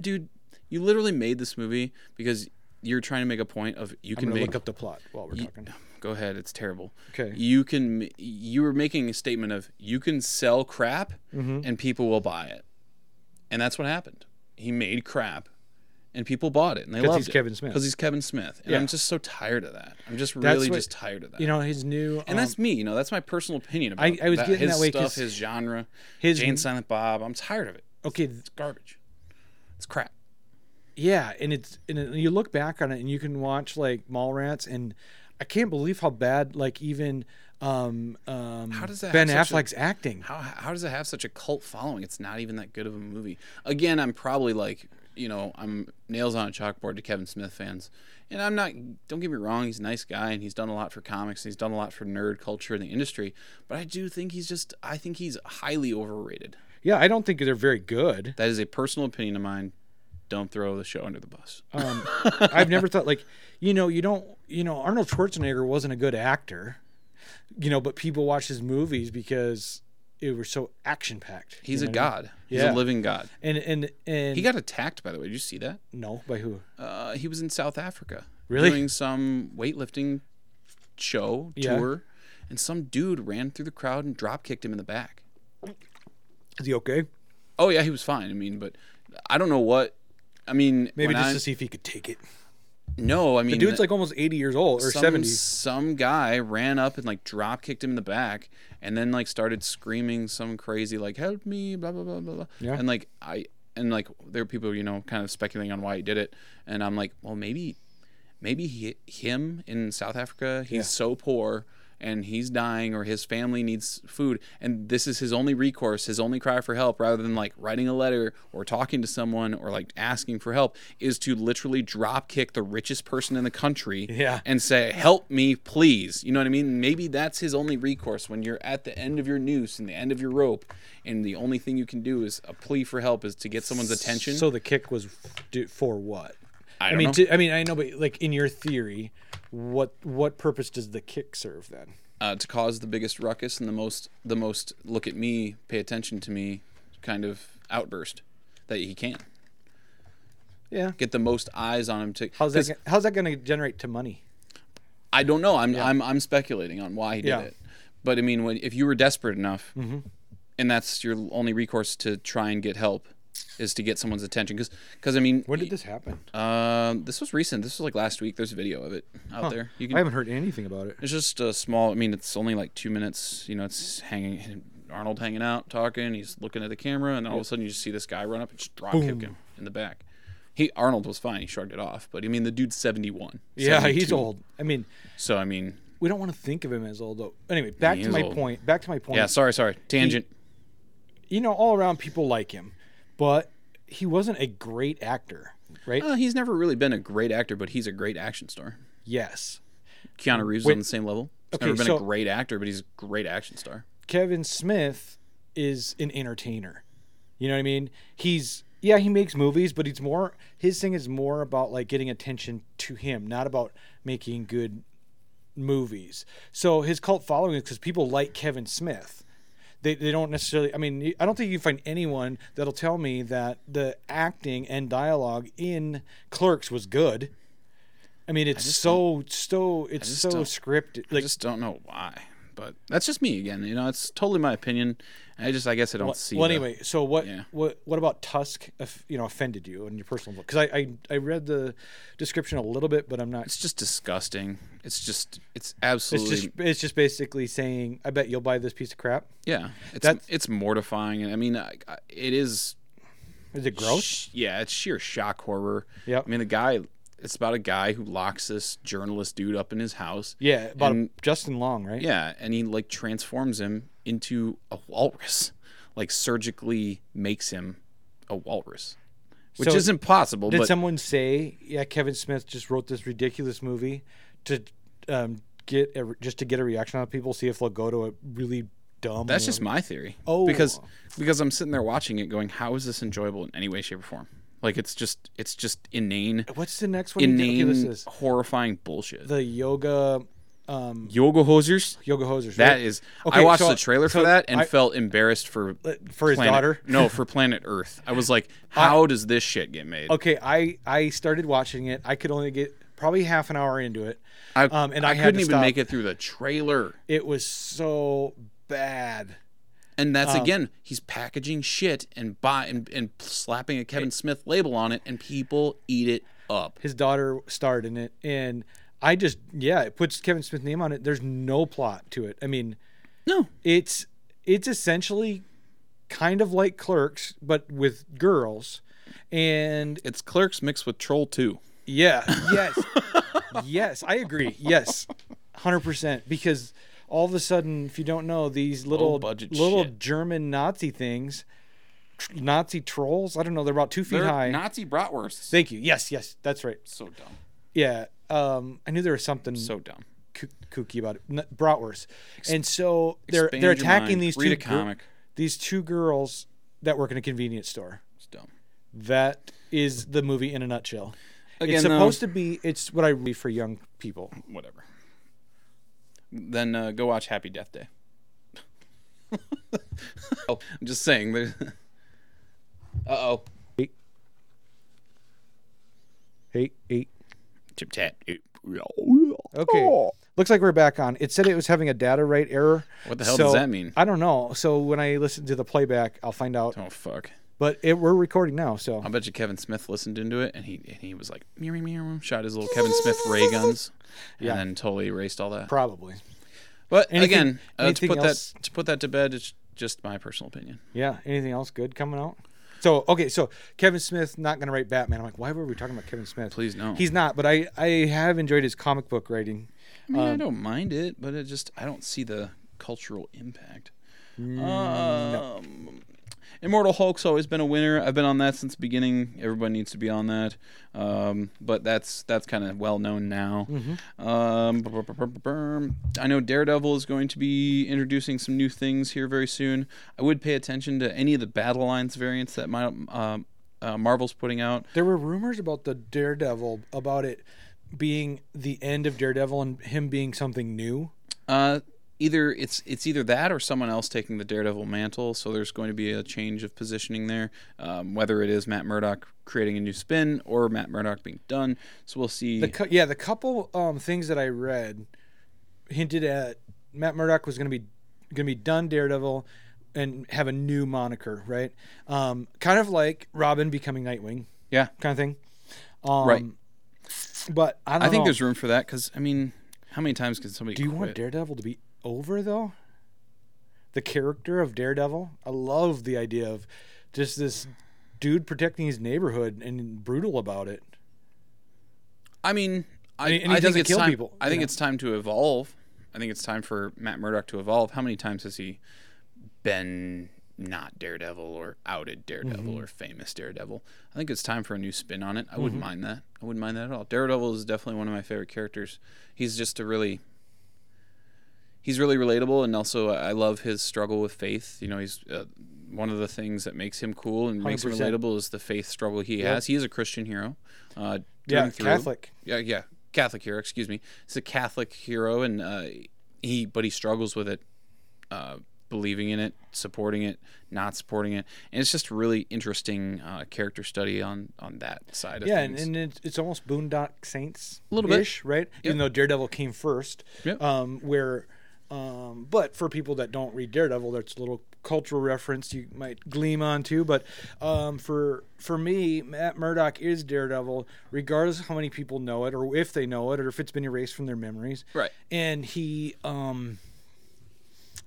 Speaker 1: Dude, you literally made this movie because you're trying to make a point of you
Speaker 2: I'm
Speaker 1: can
Speaker 2: gonna
Speaker 1: make
Speaker 2: look up the plot while we're talking.
Speaker 1: go ahead it's terrible
Speaker 2: Okay.
Speaker 1: you can m- you were making a statement of you can sell crap
Speaker 2: Mm-hmm.
Speaker 1: and people will buy it and that's what happened he made crap and people bought it and they loved
Speaker 2: he's Kevin Smith.
Speaker 1: because he's Kevin Smith and
Speaker 2: Yeah.
Speaker 1: I'm just so tired of that I'm just really
Speaker 2: what-
Speaker 1: just tired of that
Speaker 2: You know his new.
Speaker 1: and
Speaker 2: um,
Speaker 1: that's me you know that's my personal opinion about
Speaker 2: I- I was getting
Speaker 1: his
Speaker 2: that way 'cause
Speaker 1: stuff his genre
Speaker 2: his-
Speaker 1: his Jane Silent Bob I'm tired of it
Speaker 2: um, okay. th-
Speaker 1: it's garbage it's crap
Speaker 2: Yeah, and it's and it- you look back on it and you can watch like Mallrats and I can't believe how bad like even um um how
Speaker 1: does that
Speaker 2: Ben
Speaker 1: have such a-
Speaker 2: Affleck's acting.
Speaker 1: how how does it have such a cult following? It's not even that good of a movie. Again, I'm probably like you know I'm nails on a chalkboard to Kevin Smith fans, and I'm not. Don't get me wrong, he's a nice guy and he's done a lot for comics and he's done a lot for nerd culture and the industry. But I do think he's just I think he's highly overrated.
Speaker 2: Yeah, I don't think they're very good.
Speaker 1: That is a personal opinion of mine. Don't throw the show under the bus.
Speaker 2: Um, I've never thought like you know you don't you know Arnold Schwarzenegger wasn't a good actor, you know, but people watch his movies because it was so action packed.
Speaker 1: He's a god. He's
Speaker 2: Yeah.
Speaker 1: a living god.
Speaker 2: and and and
Speaker 1: He got attacked, by the way. Did you see that?
Speaker 2: no by who?
Speaker 1: Uh, he was in South Africa.
Speaker 2: Really?
Speaker 1: Doing some weightlifting show,
Speaker 2: Yeah.
Speaker 1: tour, and some dude ran through the crowd and drop kicked him in the back.
Speaker 2: Is he okay?
Speaker 1: Oh yeah, he was fine. I mean, but I don't know what I mean
Speaker 2: Maybe
Speaker 1: when
Speaker 2: just
Speaker 1: I,
Speaker 2: to see if he could take it.
Speaker 1: No, I mean
Speaker 2: The dude's like almost 80 years old or
Speaker 1: some,
Speaker 2: 70.
Speaker 1: Some guy ran up and like drop kicked him in the back, and then like started screaming some crazy like "Help me!" blah blah blah blah blah.
Speaker 2: Yeah.
Speaker 1: And like I and like there were people you know kind of speculating on why he did it, and I'm like, well maybe, maybe he, him in South Africa, he's
Speaker 2: Yeah.
Speaker 1: so poor and he's dying or his family needs food and this is his only recourse his only cry for help rather than like writing a letter or talking to someone or like asking for help is to literally drop kick the richest person in the country
Speaker 2: Yeah.
Speaker 1: and say, "Help me, please." You know what I mean? Maybe that's his only recourse when you're at the end of your noose and the end of your rope, and the only thing you can do is a plea for help is to get someone's attention.
Speaker 2: So the kick was f- do- for what?
Speaker 1: I don't
Speaker 2: mean,
Speaker 1: know.
Speaker 2: To, I mean, I know, but like in your theory, what what purpose does the kick serve then?
Speaker 1: uh, to cause the biggest ruckus and the most the most look at me, pay attention to me, kind of outburst that he can
Speaker 2: Yeah.
Speaker 1: get the most eyes on him. To
Speaker 2: How's
Speaker 1: 'cause
Speaker 2: that? go- How's that going to generate to money?
Speaker 1: I don't know. I'm I'm I'm speculating on why he did
Speaker 2: Yeah. Mm-hmm.
Speaker 1: it. But I mean, when if you were desperate enough, and that's your only recourse to try and get help, is to get someone's attention. Because I mean,
Speaker 2: When did this happen?
Speaker 1: Um, this was recent. This was like last week. There's a video of it out there. You
Speaker 2: I
Speaker 1: can.
Speaker 2: haven't heard anything about it.
Speaker 1: It's just a small. I mean, it's only like two minutes. You know, it's hanging. Arnold hanging out, talking. He's looking at the camera, and all of a sudden you just see this guy run up and just drop kick him in the back. He Arnold was fine. He shrugged it off. But I mean, the dude's seventy one.
Speaker 2: Yeah, he's old. I mean,
Speaker 1: So I mean,
Speaker 2: we don't want to think of him as old though. Anyway, back
Speaker 1: He
Speaker 2: to
Speaker 1: is
Speaker 2: my
Speaker 1: old.
Speaker 2: point. Back to my point.
Speaker 1: yeah. Sorry, sorry. Tangent.
Speaker 2: You know, all around people like him, but he wasn't a great actor, right?
Speaker 1: Uh, he's never really been a great actor, but he's a great action star.
Speaker 2: yes.
Speaker 1: Keanu Reeves is
Speaker 2: Wait.
Speaker 1: on the same level. He's
Speaker 2: Okay,
Speaker 1: never been
Speaker 2: so-
Speaker 1: a great actor, but he's a great action star.
Speaker 2: Kevin Smith is an entertainer. You know what I mean? He's yeah, he makes movies, but he's more his thing is more about like getting attention to him, not about making good movies. So his cult following is because people like Kevin Smith. They, they don't necessarily. I mean, you- I don't think you can find anyone that'll tell me that the acting and dialogue in Clerks was good. I mean, it's so so it's
Speaker 1: just
Speaker 2: so
Speaker 1: don't-
Speaker 2: scripted.
Speaker 1: I
Speaker 2: Like
Speaker 1: just don't know why, but that's just me again. You know, it's totally my opinion. I just, I guess, I don't see.
Speaker 2: Well,
Speaker 1: the-
Speaker 2: anyway, so what?
Speaker 1: yeah.
Speaker 2: What? What about Tusk? If, you know, offended you in your personal book? Because I, I I read the description a little bit, but I'm not.
Speaker 1: it's just disgusting. It's just, it's absolutely,
Speaker 2: It's just it's just basically saying, I bet you'll buy this piece of crap.
Speaker 1: yeah. It's
Speaker 2: that's-
Speaker 1: it's mortifying, and I mean, I, I- it is.
Speaker 2: Is it gross?
Speaker 1: sh- yeah, it's sheer shock horror.
Speaker 2: Yep.
Speaker 1: I mean, the guy. It's about a guy who locks this journalist dude up in his house.
Speaker 2: Yeah, about
Speaker 1: And-
Speaker 2: Justin Long, right?
Speaker 1: Yeah, and he like transforms him into a walrus, like surgically makes him a walrus, which
Speaker 2: So,
Speaker 1: is impossible.
Speaker 2: Did
Speaker 1: But
Speaker 2: someone say, yeah, Kevin Smith just wrote this ridiculous movie to um, get a, just to get a reaction out of people, see if they'll go to a really dumb.
Speaker 1: that's just my theory.
Speaker 2: Oh.
Speaker 1: because because I'm sitting there watching it, going, how is this enjoyable in any way, shape, or form? Like it's just it's just inane,
Speaker 2: what's the next one? he did? Okay,
Speaker 1: inane,
Speaker 2: this is
Speaker 1: horrifying bullshit.
Speaker 2: the yoga. Um,
Speaker 1: Yoga hosers.
Speaker 2: yoga hosers.
Speaker 1: That
Speaker 2: right?
Speaker 1: is.
Speaker 2: Okay,
Speaker 1: I watched
Speaker 2: so-
Speaker 1: the trailer
Speaker 2: so
Speaker 1: for that and
Speaker 2: I-
Speaker 1: felt embarrassed for
Speaker 2: for his
Speaker 1: planet-
Speaker 2: daughter?
Speaker 1: no, for Planet Earth. I was like, how does this shit get made?
Speaker 2: okay i i started watching it i could only get probably half an hour into it
Speaker 1: I,
Speaker 2: um, and
Speaker 1: I,
Speaker 2: I had
Speaker 1: couldn't
Speaker 2: to
Speaker 1: even
Speaker 2: stop.
Speaker 1: make it through the trailer.
Speaker 2: it was so bad
Speaker 1: And
Speaker 2: Um,
Speaker 1: that's again, he's packaging shit and buy and, and slapping a Kevin Smith label on it, and people eat it up.
Speaker 2: his daughter starred in it and i just yeah it puts kevin smith's name on it there's no plot to it i mean
Speaker 1: No,
Speaker 2: it's it's essentially kind of like clerks but with girls and
Speaker 1: it's Clerks mixed with Troll Two.
Speaker 2: Yeah. Yes. yes, I agree. Yes, hundred percent. Because all of a sudden, if you don't know these little
Speaker 1: budget
Speaker 2: little
Speaker 1: shit.
Speaker 2: German Nazi things, tr- Nazi trolls. I don't know. They're about two feet high.
Speaker 1: Nazi bratwursts.
Speaker 2: Thank you. Yes. Yes. That's right.
Speaker 1: so dumb,
Speaker 2: Yeah. Um, I knew there was something
Speaker 1: so dumb.
Speaker 2: koo- kooky about it. N- bratwurst. And so they're
Speaker 1: expand
Speaker 2: they're
Speaker 1: your
Speaker 2: attacking
Speaker 1: mind.
Speaker 2: these
Speaker 1: Read
Speaker 2: two
Speaker 1: a
Speaker 2: gir-
Speaker 1: comic.
Speaker 2: these two girls that work in a convenience store.
Speaker 1: It's dumb.
Speaker 2: That is the movie in a nutshell.
Speaker 1: Again,
Speaker 2: it's
Speaker 1: though-
Speaker 2: supposed to be. It's what I read for young people.
Speaker 1: Whatever. Then uh, go watch Happy Death Day. oh, I'm just saying. There's... Uh oh.
Speaker 2: Eight, eight.
Speaker 1: Tip tat.
Speaker 2: Okay.
Speaker 1: Oh,
Speaker 2: Looks like we're back on. It said it was having a data rate error.
Speaker 1: What the hell
Speaker 2: So,
Speaker 1: does that mean?
Speaker 2: I don't know. So when I listen to the playback, I'll find out.
Speaker 1: Oh fuck.
Speaker 2: But it, we're recording now, so
Speaker 1: I bet you Kevin Smith listened into it and he and he was like, meow, meow, meow, shot his little Kevin Smith ray guns, and
Speaker 2: Yeah.
Speaker 1: then totally erased all that.
Speaker 2: probably.
Speaker 1: But
Speaker 2: Anything-
Speaker 1: again, uh, to
Speaker 2: anything
Speaker 1: put
Speaker 2: else?
Speaker 1: that to put that to bed, it's just my personal opinion.
Speaker 2: Yeah. Anything else good coming out? So okay, so Kevin Smith not going to write Batman. I'm like, why were we talking about Kevin Smith?
Speaker 1: Please no.
Speaker 2: He's not, but I I have enjoyed his comic book writing.
Speaker 1: I mean,
Speaker 2: Um,
Speaker 1: I don't mind it, but it just I don't see the cultural impact.
Speaker 2: Mm,
Speaker 1: Um, Immortal Hulk's always been a winner. I've been on that since the beginning. Everybody needs to be on that. Um, but that's that's kind of well known now.
Speaker 2: Mm-hmm.
Speaker 1: Um, br- br- br- br- br- I know Daredevil is going to be introducing some new things here very soon. I would pay attention to any of the Battle Lines variants that my, um uh, Marvel's putting out.
Speaker 2: There were rumors about the Daredevil about it being the end of Daredevil and him being something new.
Speaker 1: Uh, either it's it's either that or someone else taking the Daredevil mantle. So there's going to be a change of positioning there. Um, whether it is Matt Murdock creating a new spin or Matt Murdock being done, so we'll see.
Speaker 2: The cou- yeah, the couple um, things that I read hinted at Matt Murdock was going to be going to be done Daredevil and have a new moniker, right? Um, kind of like Robin becoming Nightwing,
Speaker 1: yeah,
Speaker 2: kind of thing. Um,
Speaker 1: Right.
Speaker 2: But I don't.
Speaker 1: I think
Speaker 2: know.
Speaker 1: there's room for that because I mean, how many times can somebody
Speaker 2: Do you
Speaker 1: quit?
Speaker 2: want Daredevil to be over though? The character of Daredevil. I love the idea of just this dude protecting his neighborhood and brutal about it.
Speaker 1: I mean, I,
Speaker 2: And he- and he
Speaker 1: I think
Speaker 2: doesn't
Speaker 1: it's
Speaker 2: kill
Speaker 1: time,
Speaker 2: people,
Speaker 1: I
Speaker 2: you
Speaker 1: think
Speaker 2: know?
Speaker 1: it's time to evolve. I think it's time for Matt Murdock to evolve. How many times has he been not Daredevil or outed Daredevil
Speaker 2: Mm-hmm.
Speaker 1: or famous Daredevil? I think it's time for a new spin on it. I wouldn't
Speaker 2: Mm-hmm.
Speaker 1: mind that. I wouldn't mind that at all. Daredevil is definitely one of my favorite characters. He's just a really he's really relatable and also I I love his struggle with faith. You know, he's uh, one of the things that makes him cool and makes him
Speaker 2: 100%.
Speaker 1: relatable is the faith struggle he has. He is a Christian hero. Uh, through
Speaker 2: Yeah,
Speaker 1: and through.
Speaker 2: Catholic.
Speaker 1: Yeah, yeah, Catholic hero. Excuse me. He's a Catholic hero, and uh, he but he struggles with it, uh, believing in it, supporting it, not supporting it, and it's just a really interesting uh, character study on on that side of
Speaker 2: Yeah, and,
Speaker 1: things.
Speaker 2: and it's, it's almost Boondock Saints a
Speaker 1: little bit.
Speaker 2: right? Even though Daredevil came first.
Speaker 1: Yep.
Speaker 2: Um, where, um, but for people that don't read Daredevil, that's a little cultural reference you might gleam onto. But um, for for me, Matt Murdock is Daredevil, regardless of how many people know it, or if they know it, or if it's been erased from their memories.
Speaker 1: Right.
Speaker 2: And he. Um,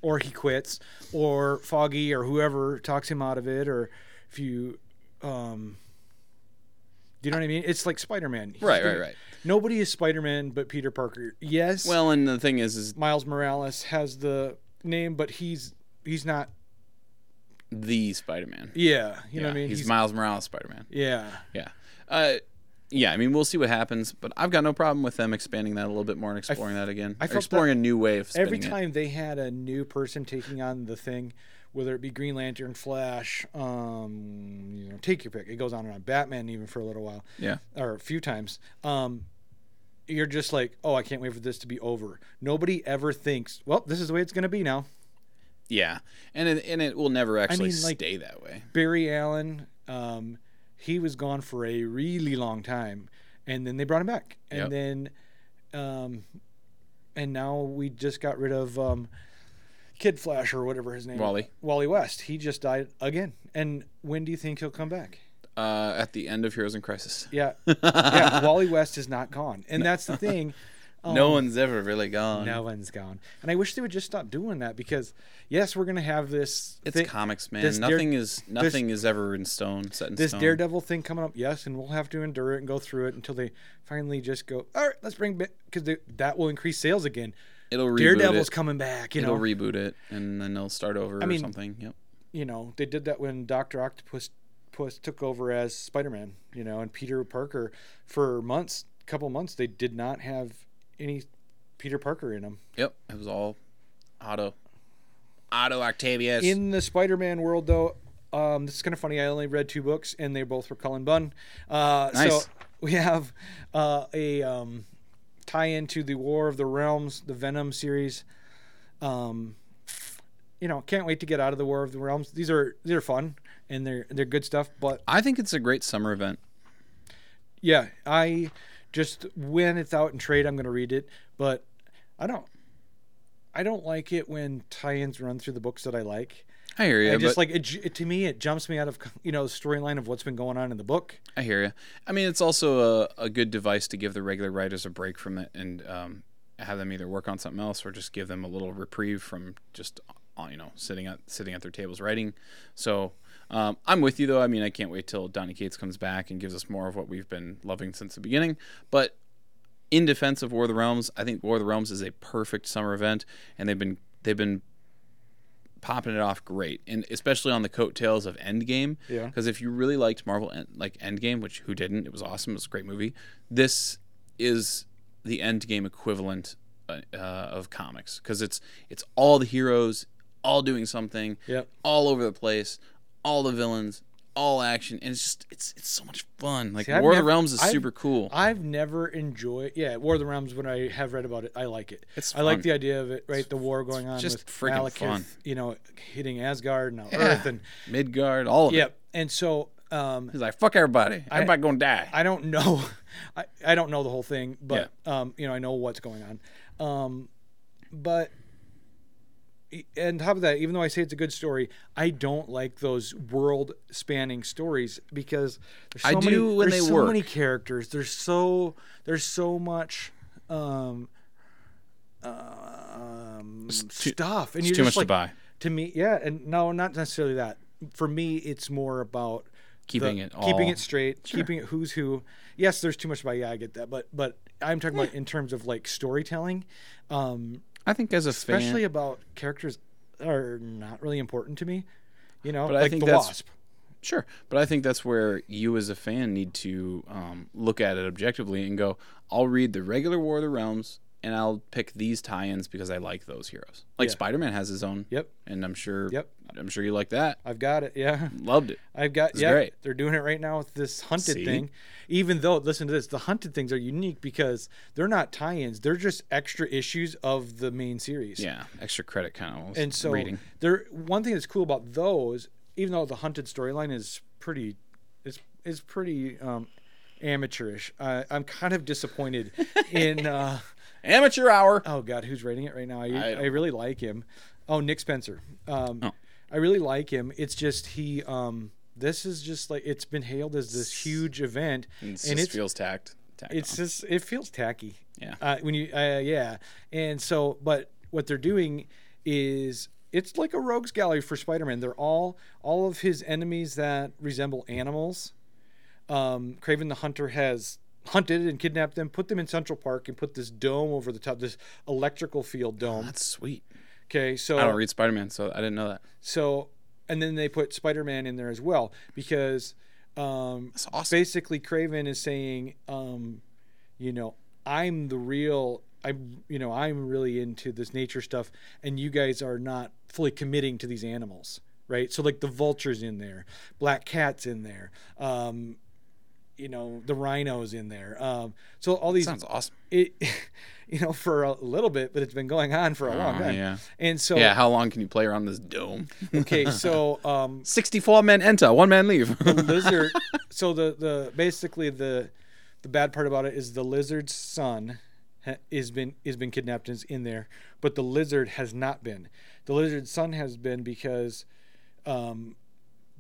Speaker 2: or he quits, or Foggy or whoever talks him out of it, or if you, um, do you know what I mean? It's like Spider Man.
Speaker 1: Right, right, right.
Speaker 2: Nobody is Spider Man but Peter Parker. Yes, well,
Speaker 1: well, and the thing is, is
Speaker 2: Miles Morales has the name, but he's he's not.
Speaker 1: the Spider Man.
Speaker 2: Yeah, you know what I mean.
Speaker 1: he's, Miles Morales Spider Man.
Speaker 2: yeah,
Speaker 1: Yeah. Uh, yeah, I mean, we'll see what happens, but I've got no problem with them expanding that a little bit more and exploring that again. Or
Speaker 2: felt that-
Speaker 1: exploring a new way of spinning
Speaker 2: every
Speaker 1: it.
Speaker 2: time they had a new person taking on the thing, whether it be Green Lantern, Flash, um, you know, take your pick. It goes on and on. Batman even for a little while.
Speaker 1: Yeah.
Speaker 2: or a few times, um, you're just like, oh, I can't wait for this to be over. Nobody ever thinks, well, this is the way it's going to be now.
Speaker 1: Yeah, and it, and it will never actually
Speaker 2: mean, like-
Speaker 1: stay that way.
Speaker 2: Barry Allen, um, he was gone for a really long time, and then they brought him back,
Speaker 1: Yep.
Speaker 2: and then, um, and now we just got rid of um, Kid Flash or whatever his name,
Speaker 1: Wally.
Speaker 2: Wally West. He just died again. And when do you think he'll come back?
Speaker 1: Uh, at the end of Heroes in Crisis,
Speaker 2: Yeah, yeah. Wally West is not gone, and that's the thing. Um,
Speaker 1: no one's ever really gone.
Speaker 2: No one's gone. And I wish they would just stop doing that because, yes, we're gonna have this.
Speaker 1: it's
Speaker 2: thi-
Speaker 1: comics, man.
Speaker 2: this dare-
Speaker 1: nothing is nothing is ever in stone, set in
Speaker 2: this
Speaker 1: stone.
Speaker 2: Daredevil thing coming up. Yes, and we'll have to endure it and go through it until they finally just go. All right, let's bring because that will increase sales again.
Speaker 1: It'll reboot
Speaker 2: Daredevil's
Speaker 1: it.
Speaker 2: coming back. You know,
Speaker 1: It'll reboot it, and then they'll start over or
Speaker 2: mean-
Speaker 1: something. Yep.
Speaker 2: you know they did that when Doctor Octopus Puss took over as Spider Man. You know, and Peter Parker for months, couple months, they did not have any Peter Parker in them.
Speaker 1: Yep. It was all Otto, Otto Octavius.
Speaker 2: In the Spider-Man world, though, um, this is kind of funny. I only read two books, and they both were Cullen Bunn. Uh,
Speaker 1: Nice.
Speaker 2: So we have uh, a um, tie-in to the War of the Realms, the Venom series. Um, you know, can't wait to get out of the War of the Realms. These are these are fun and they're they're good stuff. But
Speaker 1: I think it's a great summer event.
Speaker 2: yeah, I just when it's out in trade, I'm going to read it. But I don't. I don't like it when tie-ins run through the books that I like.
Speaker 1: I hear you.
Speaker 2: I just
Speaker 1: but
Speaker 2: like it, j- it. To me, it jumps me out of you know the storyline of what's been going on in the book.
Speaker 1: I hear you. I mean, it's also a, a good device to give the regular writers a break from it and um, have them either work on something else or just give them a little reprieve from just uh, you know sitting at sitting at their tables writing. So um, I'm with you though. I mean, I can't wait till Donny Cates comes back and gives us more of what we've been loving since the beginning. But in defense of War of the Realms, I think War of the Realms is a perfect summer event, and they've been they've been popping it off great, and especially on the coattails of Endgame.
Speaker 2: Yeah.
Speaker 1: Because if you really liked Marvel en- like Endgame, which who didn't? It was awesome. It was a great movie. This is the Endgame equivalent uh, uh, of comics because it's it's all the heroes all doing something.
Speaker 2: Yep.
Speaker 1: All over the place. All the villains. All action, and it's just it's it's so much fun. Like
Speaker 2: See, I've
Speaker 1: War of
Speaker 2: never-
Speaker 1: the Realms is
Speaker 2: I've-
Speaker 1: super cool.
Speaker 2: I've never enjoyed. Yeah, War of the Realms. When I have read about it, I like it.
Speaker 1: It's
Speaker 2: I like
Speaker 1: fun.
Speaker 2: the idea of it. Right, the war going on
Speaker 1: just
Speaker 2: with
Speaker 1: freaking
Speaker 2: Malekith,
Speaker 1: fun.
Speaker 2: you know, hitting Asgard and now
Speaker 1: Yeah.
Speaker 2: Earth, and
Speaker 1: Midgard, all of it.
Speaker 2: yep. And so, um,
Speaker 1: He's like, fuck everybody. Everybody gonna die.
Speaker 2: I don't know. I, I don't know the whole thing, but um, you know, I know what's going on. Um, but e- and top of that, even though I say it's a good story, I don't like those world-spanning stories because there's so
Speaker 1: I
Speaker 2: many,
Speaker 1: do when
Speaker 2: there's
Speaker 1: they
Speaker 2: so
Speaker 1: work.
Speaker 2: many characters. There's so there's so much um, um, stuff, and
Speaker 1: it's
Speaker 2: you're
Speaker 1: too
Speaker 2: just
Speaker 1: much to
Speaker 2: like-
Speaker 1: buy.
Speaker 2: To me, yeah, and no, not necessarily that. For me, it's more about
Speaker 1: Keeping
Speaker 2: the-
Speaker 1: it
Speaker 2: keeping
Speaker 1: all-
Speaker 2: it straight, keeping it who's who. Yes, there's too much by yeah, I get that, but but I'm talking about in terms of like storytelling, um,
Speaker 1: I think as a
Speaker 2: especially
Speaker 1: fan,
Speaker 2: about characters that are not really important to me. You know,
Speaker 1: But I
Speaker 2: like
Speaker 1: think
Speaker 2: the
Speaker 1: that's-
Speaker 2: Wasp.
Speaker 1: sure, but I think that's where you as a fan need to um, look at it objectively and go, I'll read the regular War of the Realms and I'll pick these tie-ins because I like those heroes. Like
Speaker 2: Yeah.
Speaker 1: Spider-Man has his own,
Speaker 2: Yep,
Speaker 1: and I'm sure,
Speaker 2: Yep.
Speaker 1: I'm sure you like that.
Speaker 2: I've got it. Yeah.
Speaker 1: Loved it.
Speaker 2: I've got
Speaker 1: It's
Speaker 2: yeah.
Speaker 1: great.
Speaker 2: They're doing it right now with this hunted
Speaker 1: See?
Speaker 2: thing. Even though, listen to this, the hunted things are unique because they're not tie-ins; they're just extra issues of the main series.
Speaker 1: Yeah, extra credit kind of
Speaker 2: and so
Speaker 1: reading.
Speaker 2: there. One thing that's cool about those, even though the hunted storyline is pretty, is is pretty um, amateurish. Uh, I'm kind of disappointed in. Uh,
Speaker 1: Amateur hour.
Speaker 2: oh God, who's writing it right now? I I,
Speaker 1: don't
Speaker 2: really like him. Oh, Nick Spencer. Um,
Speaker 1: Oh.
Speaker 2: I really like him. It's just he. Um, this is just like it's been hailed as this huge event,
Speaker 1: and it
Speaker 2: and
Speaker 1: just
Speaker 2: it's
Speaker 1: feels tacked. tacked
Speaker 2: it's
Speaker 1: on.
Speaker 2: just it feels tacky.
Speaker 1: Yeah.
Speaker 2: Uh, when you uh, yeah, and so but what they're doing is it's like a rogues gallery for Spider-Man. They're all all of his enemies that resemble animals. Um, Craven the Hunter has hunted and kidnapped them, put them in Central Park, and put this dome over the top, this electrical field dome.
Speaker 1: oh, that's sweet.
Speaker 2: Okay, so
Speaker 1: Uh-huh. I don't read Spider-Man, so I didn't know that.
Speaker 2: so and then they put Spider-Man in there as well because um,
Speaker 1: That's awesome.
Speaker 2: basically Craven is saying, um, you know, I'm the real. I'm, you know, I'm really into this nature stuff, and you guys are not fully committing to these animals, right? So like the vultures in there, black cats in there, um, you know, the rhinos in there. Um, so all these,
Speaker 1: Sounds awesome.
Speaker 2: it, you know, for a little bit, but it's been going on for a long
Speaker 1: Oh,
Speaker 2: time.
Speaker 1: yeah.
Speaker 2: And so,
Speaker 1: Yeah, how long can you play around this dome?
Speaker 2: okay, so um,
Speaker 1: 64 men enter, one man leave.
Speaker 2: the lizard so the the basically the the bad part about it is the lizard's son ha- is been is been kidnapped and is in there but the lizard has not been the lizard's son has been because um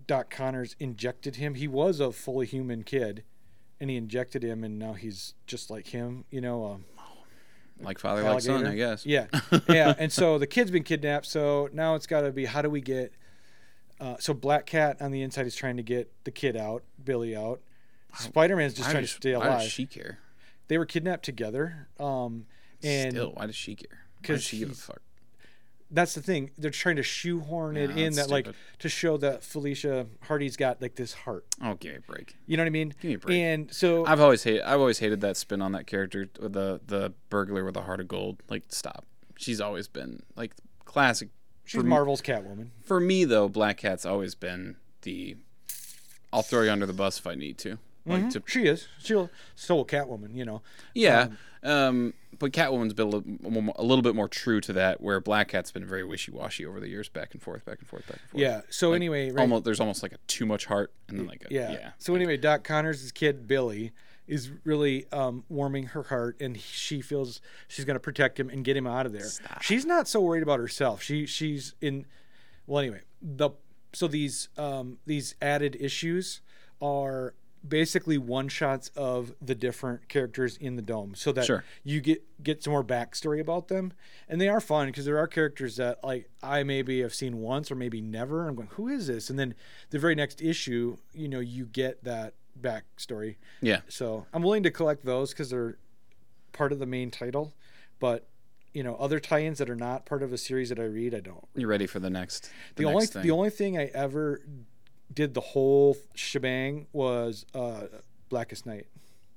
Speaker 2: doc connors injected him he was a fully human kid and he injected him and now he's just like him you know um
Speaker 1: like father, like son, I
Speaker 2: alligator.
Speaker 1: guess.
Speaker 2: yeah, yeah. And so the kid's been kidnapped. So now it's got to be how do we get? Uh, so Black Cat on the inside is trying to get the kid out, Billy out. Spider Man's just
Speaker 1: Why
Speaker 2: trying
Speaker 1: does-
Speaker 2: to stay
Speaker 1: Why does
Speaker 2: alive.
Speaker 1: she care?
Speaker 2: they were kidnapped together, um, and
Speaker 1: Still, why does she care?
Speaker 2: 'Cause
Speaker 1: Because she give a
Speaker 2: he's-
Speaker 1: fuck.
Speaker 2: that's the thing. They're trying to shoehorn it
Speaker 1: Yeah,
Speaker 2: in that,
Speaker 1: that's
Speaker 2: like,
Speaker 1: stupid.
Speaker 2: to show that Felicia Hardy's got like this heart.
Speaker 1: Oh, give me a break.
Speaker 2: You know what I mean?
Speaker 1: Give me a break.
Speaker 2: And so
Speaker 1: I've always hated. I've always hated that spin on that character, the the burglar with a heart of gold. Like, stop. She's always been like classic.
Speaker 2: she's
Speaker 1: for me-
Speaker 2: Marvel's Catwoman.
Speaker 1: For me though, Black Cat's always been the. I'll throw you under the bus if I need to. Like to
Speaker 2: She is. She'll so will Catwoman. You know.
Speaker 1: Yeah, um, but Catwoman's been a little, a little bit more true to that, where Black Cat's been very wishy-washy over the years, back and forth, back and forth, back and forth.
Speaker 2: Yeah. So anyway, right,
Speaker 1: almost there's almost like a too much heart, and then like a,
Speaker 2: yeah.
Speaker 1: yeah.
Speaker 2: So anyway, Doc Connors' kid Billy is really um, warming her heart, and she feels she's going to protect him and get him out of there. She's not so worried about herself. She she's in Well, anyway, the so these um, these added issues are basically one shots of the different characters in the dome, so that
Speaker 1: Sure.
Speaker 2: you get get some more backstory about them, and they are fun because there are characters that like I maybe have seen once or maybe never. I'm going, who is this? And then the very next issue, you know, you get that backstory.
Speaker 1: Yeah.
Speaker 2: So I'm willing to collect those because they're part of the main title, but you know, other tie-ins that are not part of a series that I read, I don't
Speaker 1: You're ready for the next. The,
Speaker 2: the only
Speaker 1: next thing.
Speaker 2: the only thing I ever did the whole shebang was uh, Blackest Night.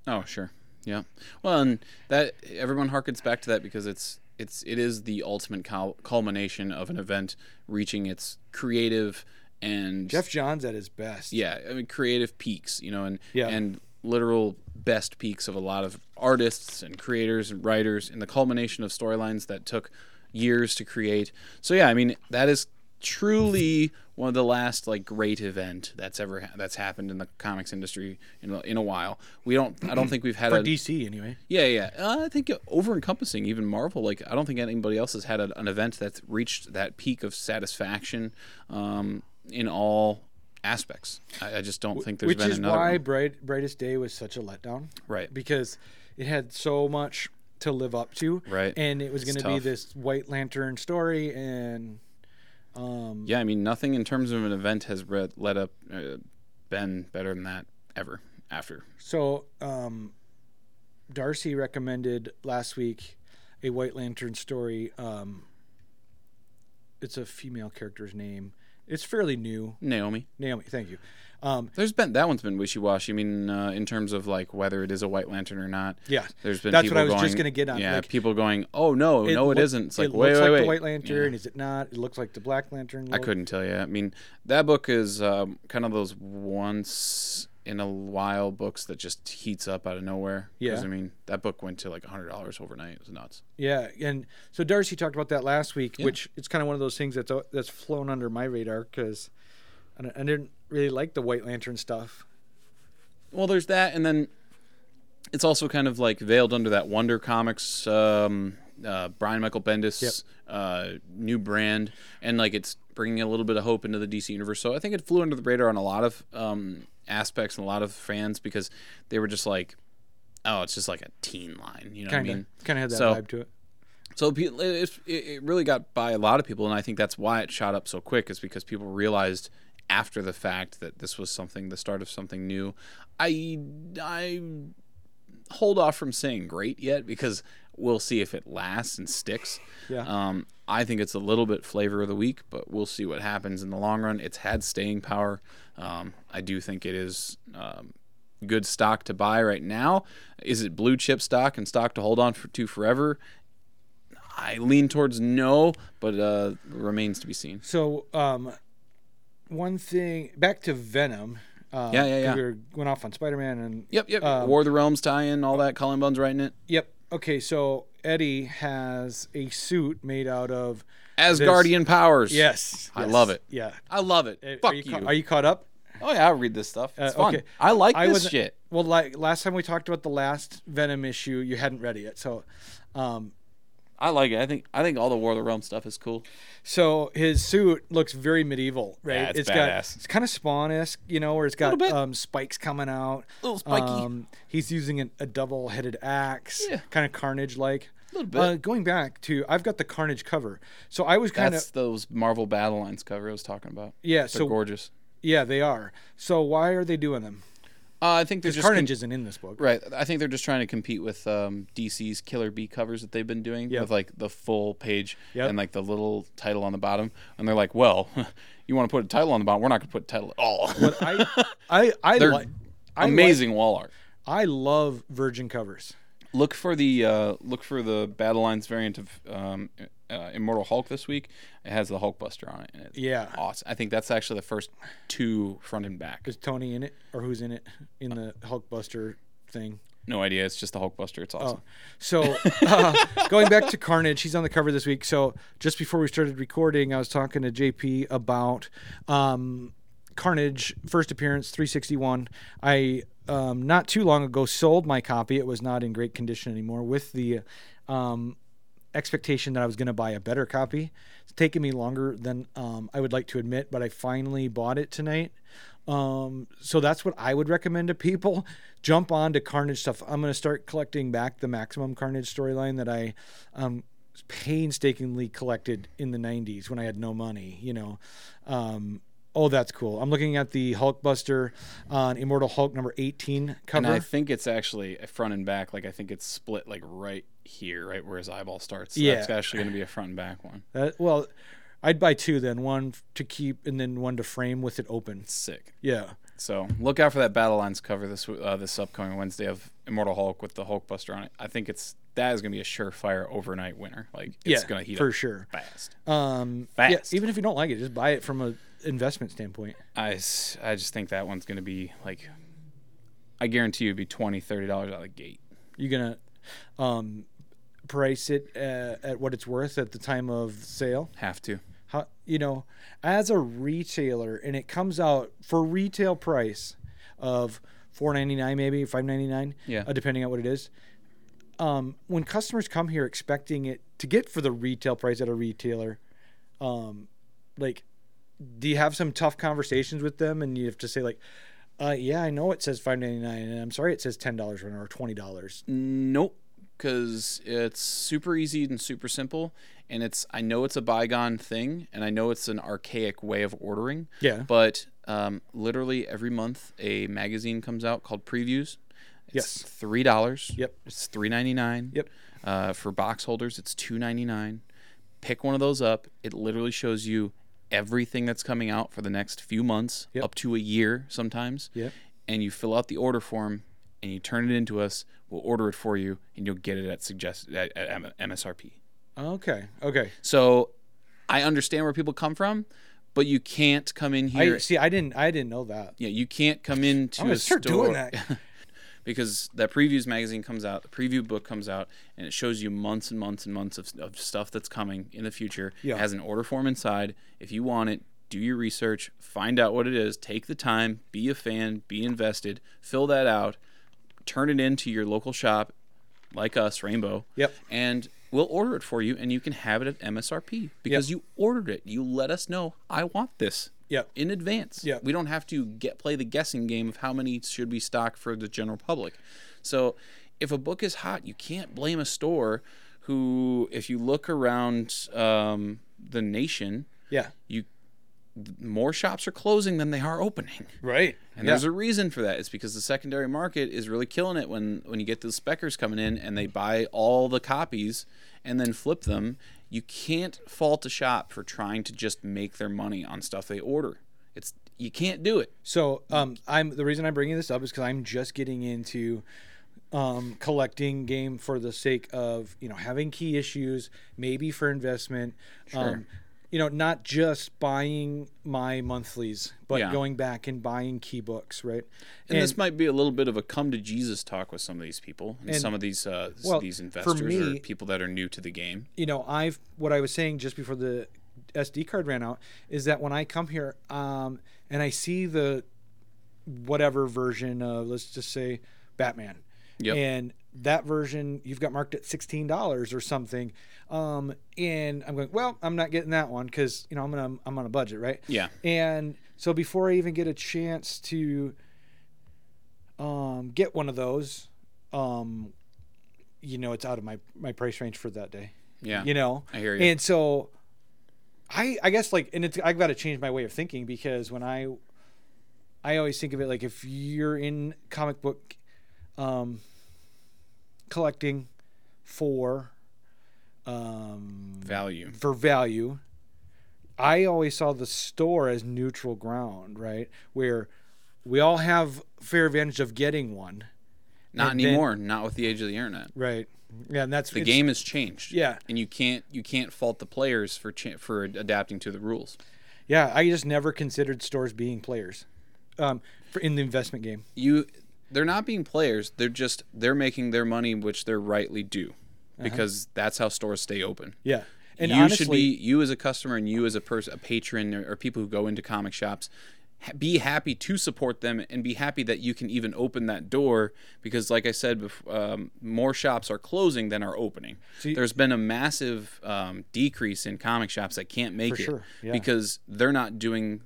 Speaker 1: Oh, sure. Yeah. Well, and that everyone harkens back to that because it's it's it is the ultimate cul- culmination of an event reaching its creative and
Speaker 2: Jeff Johns at his best.
Speaker 1: yeah, I mean creative peaks, you know, and
Speaker 2: Yeah.
Speaker 1: and literal best peaks of a lot of artists and creators and writers and the culmination of storylines that took years to create. So yeah, I mean that is truly one of the last like great event that's ever ha- that's happened in the comics industry in a, in a while. We don't I don't think we've had
Speaker 2: for
Speaker 1: a
Speaker 2: DC anyway.
Speaker 1: yeah, yeah. Uh, I think over encompassing, even Marvel. Like, I don't think anybody else has had a, an event that's reached that peak of satisfaction um, in all aspects. I, I just don't think there's
Speaker 2: Which
Speaker 1: been
Speaker 2: is
Speaker 1: another.
Speaker 2: why
Speaker 1: one.
Speaker 2: Bright, Brightest Day was such a letdown,
Speaker 1: Right.
Speaker 2: Because it had so much to live up to,
Speaker 1: Right.
Speaker 2: And it was
Speaker 1: It's
Speaker 2: going to be
Speaker 1: tough.
Speaker 2: this White Lantern story, and
Speaker 1: Yeah, I mean, nothing in terms of an event has read, led up uh, been better than that ever after.
Speaker 2: so um, Darcy recommended last week a White Lantern story. Um, it's a female character's name. It's fairly new.
Speaker 1: Naomi,
Speaker 2: Naomi, thank you. Um,
Speaker 1: there's been that one's been wishy-washy. I mean, uh, in terms of like whether it is a White Lantern or not.
Speaker 2: yeah,
Speaker 1: There's been
Speaker 2: That's what
Speaker 1: people
Speaker 2: I was
Speaker 1: going,
Speaker 2: just gonna get on,
Speaker 1: Yeah,
Speaker 2: like-
Speaker 1: people going, oh no, no, it
Speaker 2: loo-
Speaker 1: isn't. It's like
Speaker 2: it
Speaker 1: wait,
Speaker 2: looks
Speaker 1: wait,
Speaker 2: like
Speaker 1: wait.
Speaker 2: the White Lantern.
Speaker 1: Yeah.
Speaker 2: Is it not? It looks like the Black Lantern.
Speaker 1: I
Speaker 2: logo.
Speaker 1: couldn't tell you. I mean, that book is um, kind of those once in a while books that just heats up out of nowhere. 'Cause,
Speaker 2: Yeah.
Speaker 1: I mean, that book went to like hundred dollars overnight. It was nuts.
Speaker 2: Yeah, and so Darcy talked about that last week,
Speaker 1: Yeah.
Speaker 2: which it's kind of one of those things that's that's flown under my radar because I, don't- I didn't really like the White Lantern stuff.
Speaker 1: Well, there's that, and then it's also kind of like veiled under that Wonder Comics, um, uh, Brian Michael Bendis uh, new brand, and like it's bringing a little bit of hope into the DC universe. So I think it flew under the radar on a lot of um, aspects and a lot of fans because they were just like, oh, it's just like a teen line. You know
Speaker 2: Kind
Speaker 1: what I
Speaker 2: of,
Speaker 1: mean?
Speaker 2: kind of had that
Speaker 1: so-
Speaker 2: vibe to it.
Speaker 1: So pe- it, it, it really got by a lot of people, and I think that's why it shot up so quick. Is because people realized after the fact that this was something, the start of something new. I I hold off from saying great yet because we'll see if it lasts and sticks.
Speaker 2: Yeah.
Speaker 1: Um, I think it's a little bit flavor of the week, but we'll see what happens in the long run. It's had staying power. Um, I do think it is um, good stock to buy right now. Is it blue chip stock and stock to hold on for, to forever? I lean towards no, but uh, remains to be seen.
Speaker 2: So, um, one thing back to Venom. Um,
Speaker 1: Yeah, yeah, yeah.
Speaker 2: We were, went off on Spider Man and
Speaker 1: Yep, yep.
Speaker 2: Um,
Speaker 1: War of the Realms tie in, all that. Colin Bunn's writing it.
Speaker 2: yep. Okay, so Eddie has a suit made out of
Speaker 1: Asgardian powers.
Speaker 2: yes.
Speaker 1: I
Speaker 2: yes,
Speaker 1: love it.
Speaker 2: Yeah.
Speaker 1: I love it.
Speaker 2: Uh,
Speaker 1: Fuck
Speaker 2: are you,
Speaker 1: you.
Speaker 2: ca- are you caught up?
Speaker 1: Oh yeah, I read this stuff. It's
Speaker 2: Uh,
Speaker 1: fun.
Speaker 2: okay.
Speaker 1: I like
Speaker 2: I
Speaker 1: this
Speaker 2: wasn't-
Speaker 1: shit.
Speaker 2: Well, like last time we talked about the last Venom issue, you hadn't read it yet. So, um,
Speaker 1: I like it. I think I think all the War of the Realm stuff is cool.
Speaker 2: so his suit looks very medieval, right?
Speaker 1: Yeah, it's
Speaker 2: got
Speaker 1: badass.
Speaker 2: it's kind of Spawn esque, you know, where it's got
Speaker 1: Little bit.
Speaker 2: um, spikes coming out.
Speaker 1: Little spiky.
Speaker 2: Um, he's using an, a double headed axe,
Speaker 1: Yeah.
Speaker 2: kind of Carnage like.
Speaker 1: Little bit.
Speaker 2: Uh, going back to, I've got the Carnage cover, so I was kind
Speaker 1: That's
Speaker 2: of
Speaker 1: those Marvel Battle Lines cover I was talking about.
Speaker 2: yeah.
Speaker 1: They're
Speaker 2: So
Speaker 1: gorgeous.
Speaker 2: yeah, they are. So why are they doing them?
Speaker 1: Uh, I think they're just
Speaker 2: Carnage isn't in this book.
Speaker 1: Right. I think they're just trying to compete with um, DC's Killer Bee covers that they've been doing
Speaker 2: Yep.
Speaker 1: with like the full page
Speaker 2: Yep.
Speaker 1: and like the little title on the bottom. And they're like, well, you want to put a title on the bottom? We're not going to put a title at all.
Speaker 2: But I, I, I
Speaker 1: They're
Speaker 2: like. I like-
Speaker 1: Amazing wall art.
Speaker 2: I love virgin covers.
Speaker 1: Look for the uh, look for the Battle Lines variant of um, uh, Immortal Hulk this week. It has the Hulkbuster on it. And it's
Speaker 2: Yeah.
Speaker 1: awesome. I think that's actually the first two front and back.
Speaker 2: Is Tony in it or who's in it in the Hulkbuster thing?
Speaker 1: No idea. It's just the Hulkbuster.
Speaker 2: Oh.
Speaker 1: It's awesome.
Speaker 2: So, uh, going back to Carnage, he's on the cover this week. So, just before we started recording, I was talking to JP about um, Carnage first appearance 361. I um, not too long ago sold my copy. It was not in great condition anymore with the um, expectation that I was going to buy a better copy. It's taken me longer than um, I would like to admit, but I finally bought it tonight. Um, so that's what I would recommend to people. Jump on to Carnage stuff. I'm going to start collecting back the Maximum Carnage storyline that I um, painstakingly collected in the 90s when I had no money, you know. Um, oh, that's cool. I'm looking at the Hulkbuster on Immortal Hulk number 18 cover.
Speaker 1: And I think it's actually a front and back. Like I think it's split like right here, right where his eyeball starts. So
Speaker 2: Yeah.
Speaker 1: That's actually going to be a front and back one.
Speaker 2: That- well, I'd buy two then, one f- to keep and then one to frame with it open.
Speaker 1: It's sick.
Speaker 2: Yeah.
Speaker 1: So look out for that Battle Lines cover this uh, this upcoming Wednesday of Immortal Hulk with the Hulkbuster on it. I think it's that is going to be a surefire overnight winner. Like it's
Speaker 2: yeah,
Speaker 1: going to heat
Speaker 2: for
Speaker 1: up
Speaker 2: sure.
Speaker 1: fast.
Speaker 2: Um, yeah,
Speaker 1: Fast.
Speaker 2: even if you don't like it, just buy it from a investment standpoint.
Speaker 1: I, s- I just think that one's going to be like I guarantee you it'd be 20 30 dollars out of the gate.
Speaker 2: You're gonna um, price it uh, at what it's worth at the time of sale.
Speaker 1: Have to.
Speaker 2: How, you know, as a retailer, and it comes out for retail price of four ninety nine, maybe five ninety nine,
Speaker 1: Yeah.
Speaker 2: uh, depending on what it is. Um, when customers come here expecting it to get for the retail price at a retailer, um, like do you have some tough conversations with them and you have to say like uh, yeah i know it says 599 and i'm sorry it says $10 or $20
Speaker 1: Mm. Nope, because it's super easy and super simple, and it's I know it's a bygone thing, and I know it's an archaic way of ordering.
Speaker 2: Yeah.
Speaker 1: But um, literally every month, a magazine comes out called Previews. It's
Speaker 2: Yes.
Speaker 1: Three dollars.
Speaker 2: Yep.
Speaker 1: It's three ninety nine.
Speaker 2: Yep.
Speaker 1: Uh, for box holders, it's two ninety nine. Pick one of those up. It literally shows you everything that's coming out for the next few months,
Speaker 2: Yep.
Speaker 1: up to a year sometimes
Speaker 2: Yep.
Speaker 1: and you fill out the order form and you turn it into us. We'll order it for you and you'll get it at suggested at, at M- MSRP.
Speaker 2: okay okay
Speaker 1: So I understand where people come from, but you can't come in
Speaker 2: i
Speaker 1: here.
Speaker 2: see i didn't i didn't know that
Speaker 1: yeah, you can't come into
Speaker 2: i'm gonna
Speaker 1: a
Speaker 2: start
Speaker 1: store
Speaker 2: doing that
Speaker 1: because that previews magazine comes out, the preview book comes out, and it shows you months and months and months of, of stuff that's coming in the future.
Speaker 2: Yeah.
Speaker 1: It has an order form inside. If you want it, do your research, find out what it is, take the time, be a fan, be invested, fill that out, turn it into your local shop, like us, Rainbow.
Speaker 2: Yep.
Speaker 1: And we'll order it for you, and you can have it at MSRP because you ordered it. You let us know, I want this
Speaker 2: yep
Speaker 1: in advance.
Speaker 2: Yeah.
Speaker 1: We don't have to get play the guessing game of how many should we stock for the general public. So if a book is hot, you can't blame a store who, if you look around um, the nation,
Speaker 2: yeah
Speaker 1: you more shops are closing than they are opening.
Speaker 2: right
Speaker 1: And there's a reason for that. It's because the secondary market is really killing it when when you get those speckers coming in and they buy all the copies and then flip them. You can't fault a shop for trying to just make their money on stuff they order. It's you can't do it.
Speaker 2: So um, I'm the reason I'm bringing this up is because I'm just getting into um, collecting game for the sake of you know having key issues, maybe for investment. Um, you know, not just buying my monthlies, but
Speaker 1: Yeah.
Speaker 2: going back and buying key books, right?
Speaker 1: And, this might be a little bit of a come to Jesus talk with some of these people and, some of these uh, s-
Speaker 2: well,
Speaker 1: these
Speaker 2: for
Speaker 1: investors or
Speaker 2: me-
Speaker 1: people that are new to the game.
Speaker 2: you know, I've what I was saying just before the SD card ran out is that when I come here um, and I see the whatever version of let's just say Batman,
Speaker 1: Yep.
Speaker 2: and that version you've got marked at sixteen dollars or something, um, and I'm going, well, I'm not getting that one because you know I'm gonna I'm on a budget, right?
Speaker 1: Yeah.
Speaker 2: And so before I even get a chance to um, get one of those, um, you know, it's out of my my price range for that day
Speaker 1: Yeah.
Speaker 2: you know
Speaker 1: I hear you.
Speaker 2: and so i i guess like and it's i've got to change my way of thinking because when i i always think of it like if you're in comic book um collecting for um
Speaker 1: Value.
Speaker 2: for value i always saw the store as neutral ground right where we all have fair advantage of getting one
Speaker 1: Not
Speaker 2: and then-
Speaker 1: anymore. Not with the age of the internet.
Speaker 2: right yeah and that's
Speaker 1: The game has changed.
Speaker 2: yeah.
Speaker 1: And you can't you can't fault the players for cha- for adapting to the rules.
Speaker 2: Yeah, I just never considered stores being players um, for, in the investment game.
Speaker 1: you they're not being players they're just they're making their money which they're rightly due because that's how stores stay open
Speaker 2: Yeah, and
Speaker 1: you
Speaker 2: honestly,
Speaker 1: should be you as a customer and you as a person a patron or, or people who go into comic shops ha- be happy to support them and be happy that you can even open that door because like i said bef- um, more shops are closing than are opening
Speaker 2: See-
Speaker 1: there's been a massive um, decrease in comic shops that can't make it
Speaker 2: sure, yeah.
Speaker 1: because they're not doing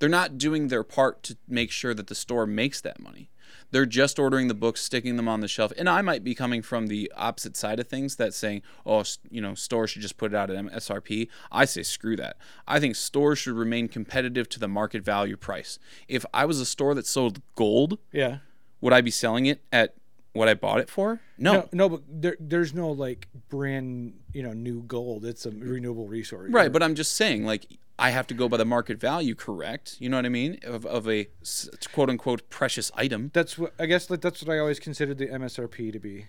Speaker 1: they're not doing their part to make sure that the store makes that money. They're just ordering the books, sticking them on the shelf. And I might be coming from the opposite side of things that saying, oh, s- you know, stores should just put it out at MSRP. I say screw that. I think stores should remain competitive to the market value price. If I was a store that sold gold,
Speaker 2: Yeah.
Speaker 1: would I be selling it at what I bought it for? No.
Speaker 2: No, no, but there, there's no like brand, you know, new gold. It's a renewable resource.
Speaker 1: Right, but I'm just saying, like, I have to go by the market value, correct? You know what I mean? Of, of a s- quote unquote precious item.
Speaker 2: that's what I guess. Like, that's what I always considered the MSRP to be.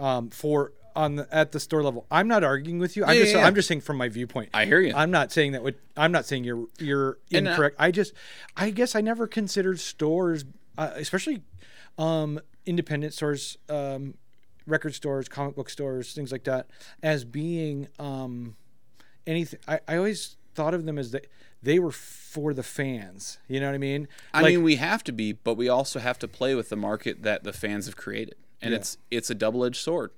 Speaker 2: Um, for on the, at the store level, I'm not arguing with you. I'm
Speaker 1: Yeah,
Speaker 2: just
Speaker 1: yeah, yeah.
Speaker 2: I'm just saying from my viewpoint.
Speaker 1: I hear you.
Speaker 2: I'm not saying that. Would, I'm not saying you're you're
Speaker 1: uh,
Speaker 2: incorrect. I just, I guess I never considered stores, uh, especially um, independent stores, um, record stores, comic book stores, things like that, as being um, anything. I, I always thought of them as that they were for the fans. You know what I mean?
Speaker 1: I
Speaker 2: Like-
Speaker 1: mean, we have to be, but we also have to play with the market that the fans have created, and it's it's a double edged sword.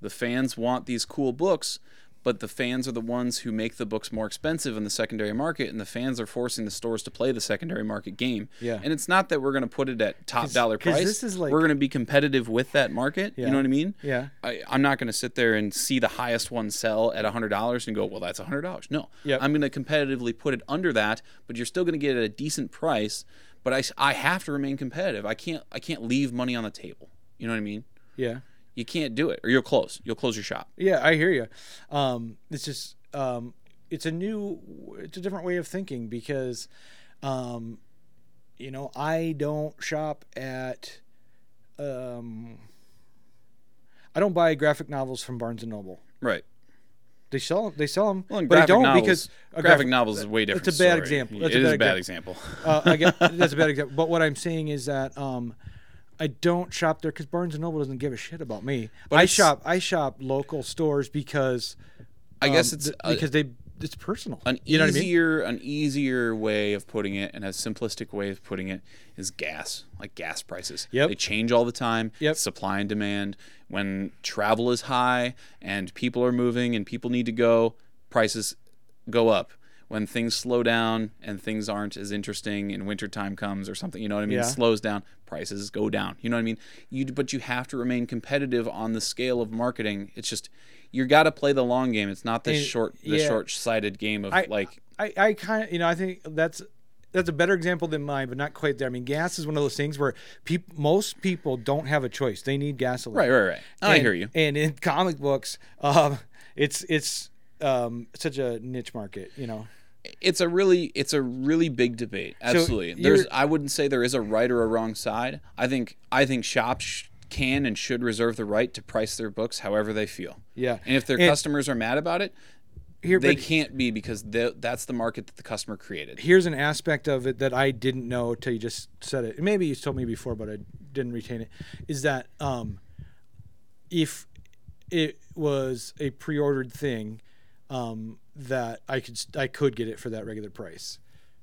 Speaker 1: The fans want these cool books, but the fans are the ones who make the books more expensive in the secondary market, and the fans are forcing the stores to play the secondary market game.
Speaker 2: Yeah.
Speaker 1: and it's not that we're going to put it at top dollar
Speaker 2: 'cause
Speaker 1: price.
Speaker 2: this is like-
Speaker 1: we're going to be competitive with that market. You
Speaker 2: Yeah.
Speaker 1: know what I mean?
Speaker 2: Yeah.
Speaker 1: I, I'm not going to sit there and see the highest one sell at $100 and go, well, that's $100. No.
Speaker 2: Yep.
Speaker 1: I'm going to competitively put it under that, but you're still going to get it at a decent price. But I, s- I have to remain competitive. I can't I can't leave money on the table. You know what I mean?
Speaker 2: yeah.
Speaker 1: You can't do it, or you'll close. You'll close your shop.
Speaker 2: Yeah, I hear you. Um, it's just um, it's a new, it's a different way of thinking because, um, you know, I don't shop at, um, I don't buy graphic novels from Barnes and Noble.
Speaker 1: Right.
Speaker 2: They sell they sell them,
Speaker 1: Well, and
Speaker 2: but I
Speaker 1: graphic
Speaker 2: don't
Speaker 1: novels,
Speaker 2: because uh, a
Speaker 1: graphic, novels is way different.
Speaker 2: a bad
Speaker 1: story.
Speaker 2: example.
Speaker 1: It
Speaker 2: That's a
Speaker 1: is
Speaker 2: bad
Speaker 1: a bad example.
Speaker 2: uh, I get, that's a bad example. But what I'm saying is that um, I don't shop there because Barnes and Noble doesn't give a shit about me. I
Speaker 1: it's-
Speaker 2: shop I shop local stores because
Speaker 1: I guess
Speaker 2: um,
Speaker 1: it's
Speaker 2: th-
Speaker 1: a-
Speaker 2: because they it's personal.
Speaker 1: an
Speaker 2: you know what I mean?
Speaker 1: easier an easier way of putting it and a simplistic way of putting it is gas like gas prices
Speaker 2: Yep.
Speaker 1: they change all the time
Speaker 2: Yep.
Speaker 1: supply and demand when travel is high and people are moving and people need to go prices go up when things slow down and things aren't as interesting and winter time comes or something you know what i mean
Speaker 2: Yeah.
Speaker 1: slows down prices go down you know what i mean you but you have to remain competitive on the scale of marketing it's just you got to play the long game it's not the
Speaker 2: And-
Speaker 1: short the
Speaker 2: yeah.
Speaker 1: short sighted game of
Speaker 2: I-
Speaker 1: like
Speaker 2: I, I kind of, you know, I think that's that's a better example than mine, but not quite there. I mean, gas is one of those things where peop- most people don't have a choice; they need gasoline.
Speaker 1: right, right, right. I
Speaker 2: And-
Speaker 1: hear you.
Speaker 2: And in comic books, um, it's it's um, such a niche market, you know.
Speaker 1: It's a really, it's a really big debate. Absolutely.
Speaker 2: you're-
Speaker 1: There's, I wouldn't say there is a right or a wrong side. I think, I think shops sh- can and should reserve the right to price their books however they feel.
Speaker 2: Yeah.
Speaker 1: And if their
Speaker 2: And-
Speaker 1: customers are mad about it,
Speaker 2: Here,
Speaker 1: they
Speaker 2: but
Speaker 1: can't be because tha- that's the market that the customer created.
Speaker 2: here's an aspect of it that I didn't know till you just said it. Maybe you told me before, but I didn't retain it. Is that um, if it was a pre-ordered thing, um, that I could I could get it for that regular price.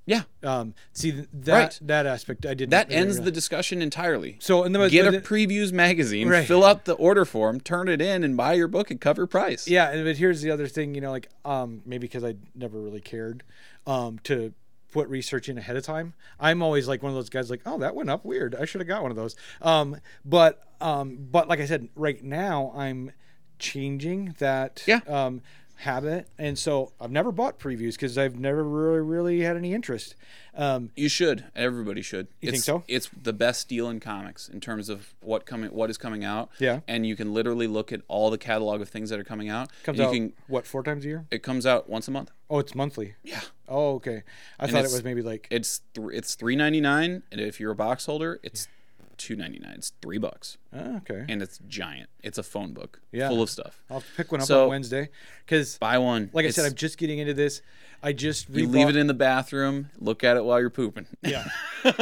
Speaker 1: Yeah.
Speaker 2: Um, see th- that
Speaker 1: Right.
Speaker 2: that aspect I didn't.
Speaker 1: That
Speaker 2: really
Speaker 1: ends
Speaker 2: realize.
Speaker 1: the discussion entirely.
Speaker 2: So in the
Speaker 1: Get
Speaker 2: but
Speaker 1: a
Speaker 2: the-
Speaker 1: previews magazine,
Speaker 2: Right.
Speaker 1: fill out the order form, turn it in, and buy your book at cover price.
Speaker 2: yeah, and- but here's the other thing. You know, like um, maybe because I never really cared um, to put research in ahead of time. I'm always like one of those guys, like, oh, that went up weird. I should have got one of those. Um, but um, but like I said, right now I'm changing that.
Speaker 1: Yeah.
Speaker 2: Um, habit and so i've never bought previews because i've never really really had any interest um
Speaker 1: You should. Everybody should. You
Speaker 2: think so?
Speaker 1: It's the best deal in comics in terms of what coming, what is coming out.
Speaker 2: Yeah.
Speaker 1: And you can literally look at all the catalog of things that are coming out.
Speaker 2: comes
Speaker 1: and you
Speaker 2: out
Speaker 1: Can,
Speaker 2: what four times a year
Speaker 1: it comes out once a month.
Speaker 2: oh it's monthly
Speaker 1: Yeah.
Speaker 2: Oh, okay. I thought it
Speaker 1: it's-
Speaker 2: was maybe like
Speaker 1: It's th- it's three ninety nine, and if you're a box holder, it's not two ninety nine. It's three bucks,
Speaker 2: Ah, okay.
Speaker 1: and it's giant. It's a phone book,
Speaker 2: Yeah.
Speaker 1: full of stuff.
Speaker 2: I'll pick one up
Speaker 1: So-
Speaker 2: on Wednesday because,
Speaker 1: Buy one.
Speaker 2: like I said,
Speaker 1: It's-
Speaker 2: I'm just getting into this. I just
Speaker 1: you leave it in the bathroom. Look at it while you're pooping.
Speaker 2: Yeah.
Speaker 1: and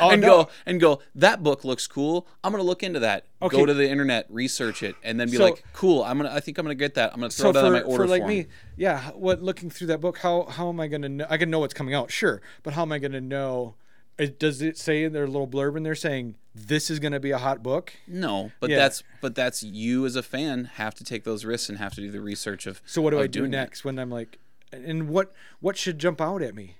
Speaker 2: Oh, no.
Speaker 1: go and go. That book looks cool. I'm gonna look into that.
Speaker 2: Okay.
Speaker 1: Go to the internet, research it, and then be
Speaker 2: So-
Speaker 1: like, "Cool, I'm gonna. I think I'm gonna get that. I'm gonna throw
Speaker 2: so
Speaker 1: that
Speaker 2: for,
Speaker 1: in my order
Speaker 2: for like
Speaker 1: form."
Speaker 2: me, yeah. What looking through that book, how how am I gonna know? I can know what's coming out, sure, but how am I gonna know? It, does it say in their little blurb in there saying this is gonna be a hot book?
Speaker 1: No, but
Speaker 2: Yeah.
Speaker 1: that's but that's you as a fan have to take those risks and have to do the research of.
Speaker 2: So what do
Speaker 1: of
Speaker 2: I do
Speaker 1: doing it.
Speaker 2: next when I'm like, and what what should jump out at me?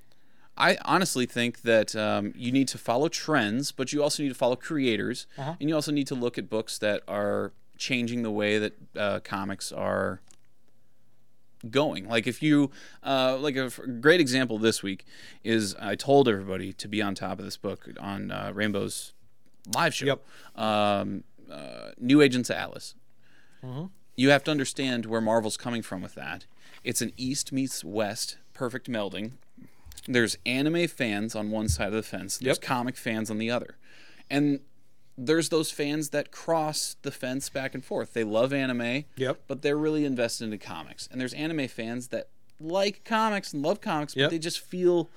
Speaker 1: I honestly think that um, you need to follow trends, but you also need to follow creators, and you also need to look at books that are changing the way that uh, comics are going. Like if you, uh, like a f- great example this week is I told everybody to be on top of this book on uh, Rainbow's live show. Yep. Um, uh, New Agents of Alice.
Speaker 2: Mm-hmm.
Speaker 1: You have to understand where Marvel's coming from with that. It's an East meets West, perfect melding. There's anime fans on one side of the fence. There's comic fans on the other, and there's those fans that cross the fence back and forth. They love anime,
Speaker 2: Yep.
Speaker 1: but they're really invested into comics. And there's anime fans that like comics and love comics,
Speaker 2: Yep.
Speaker 1: but they just feel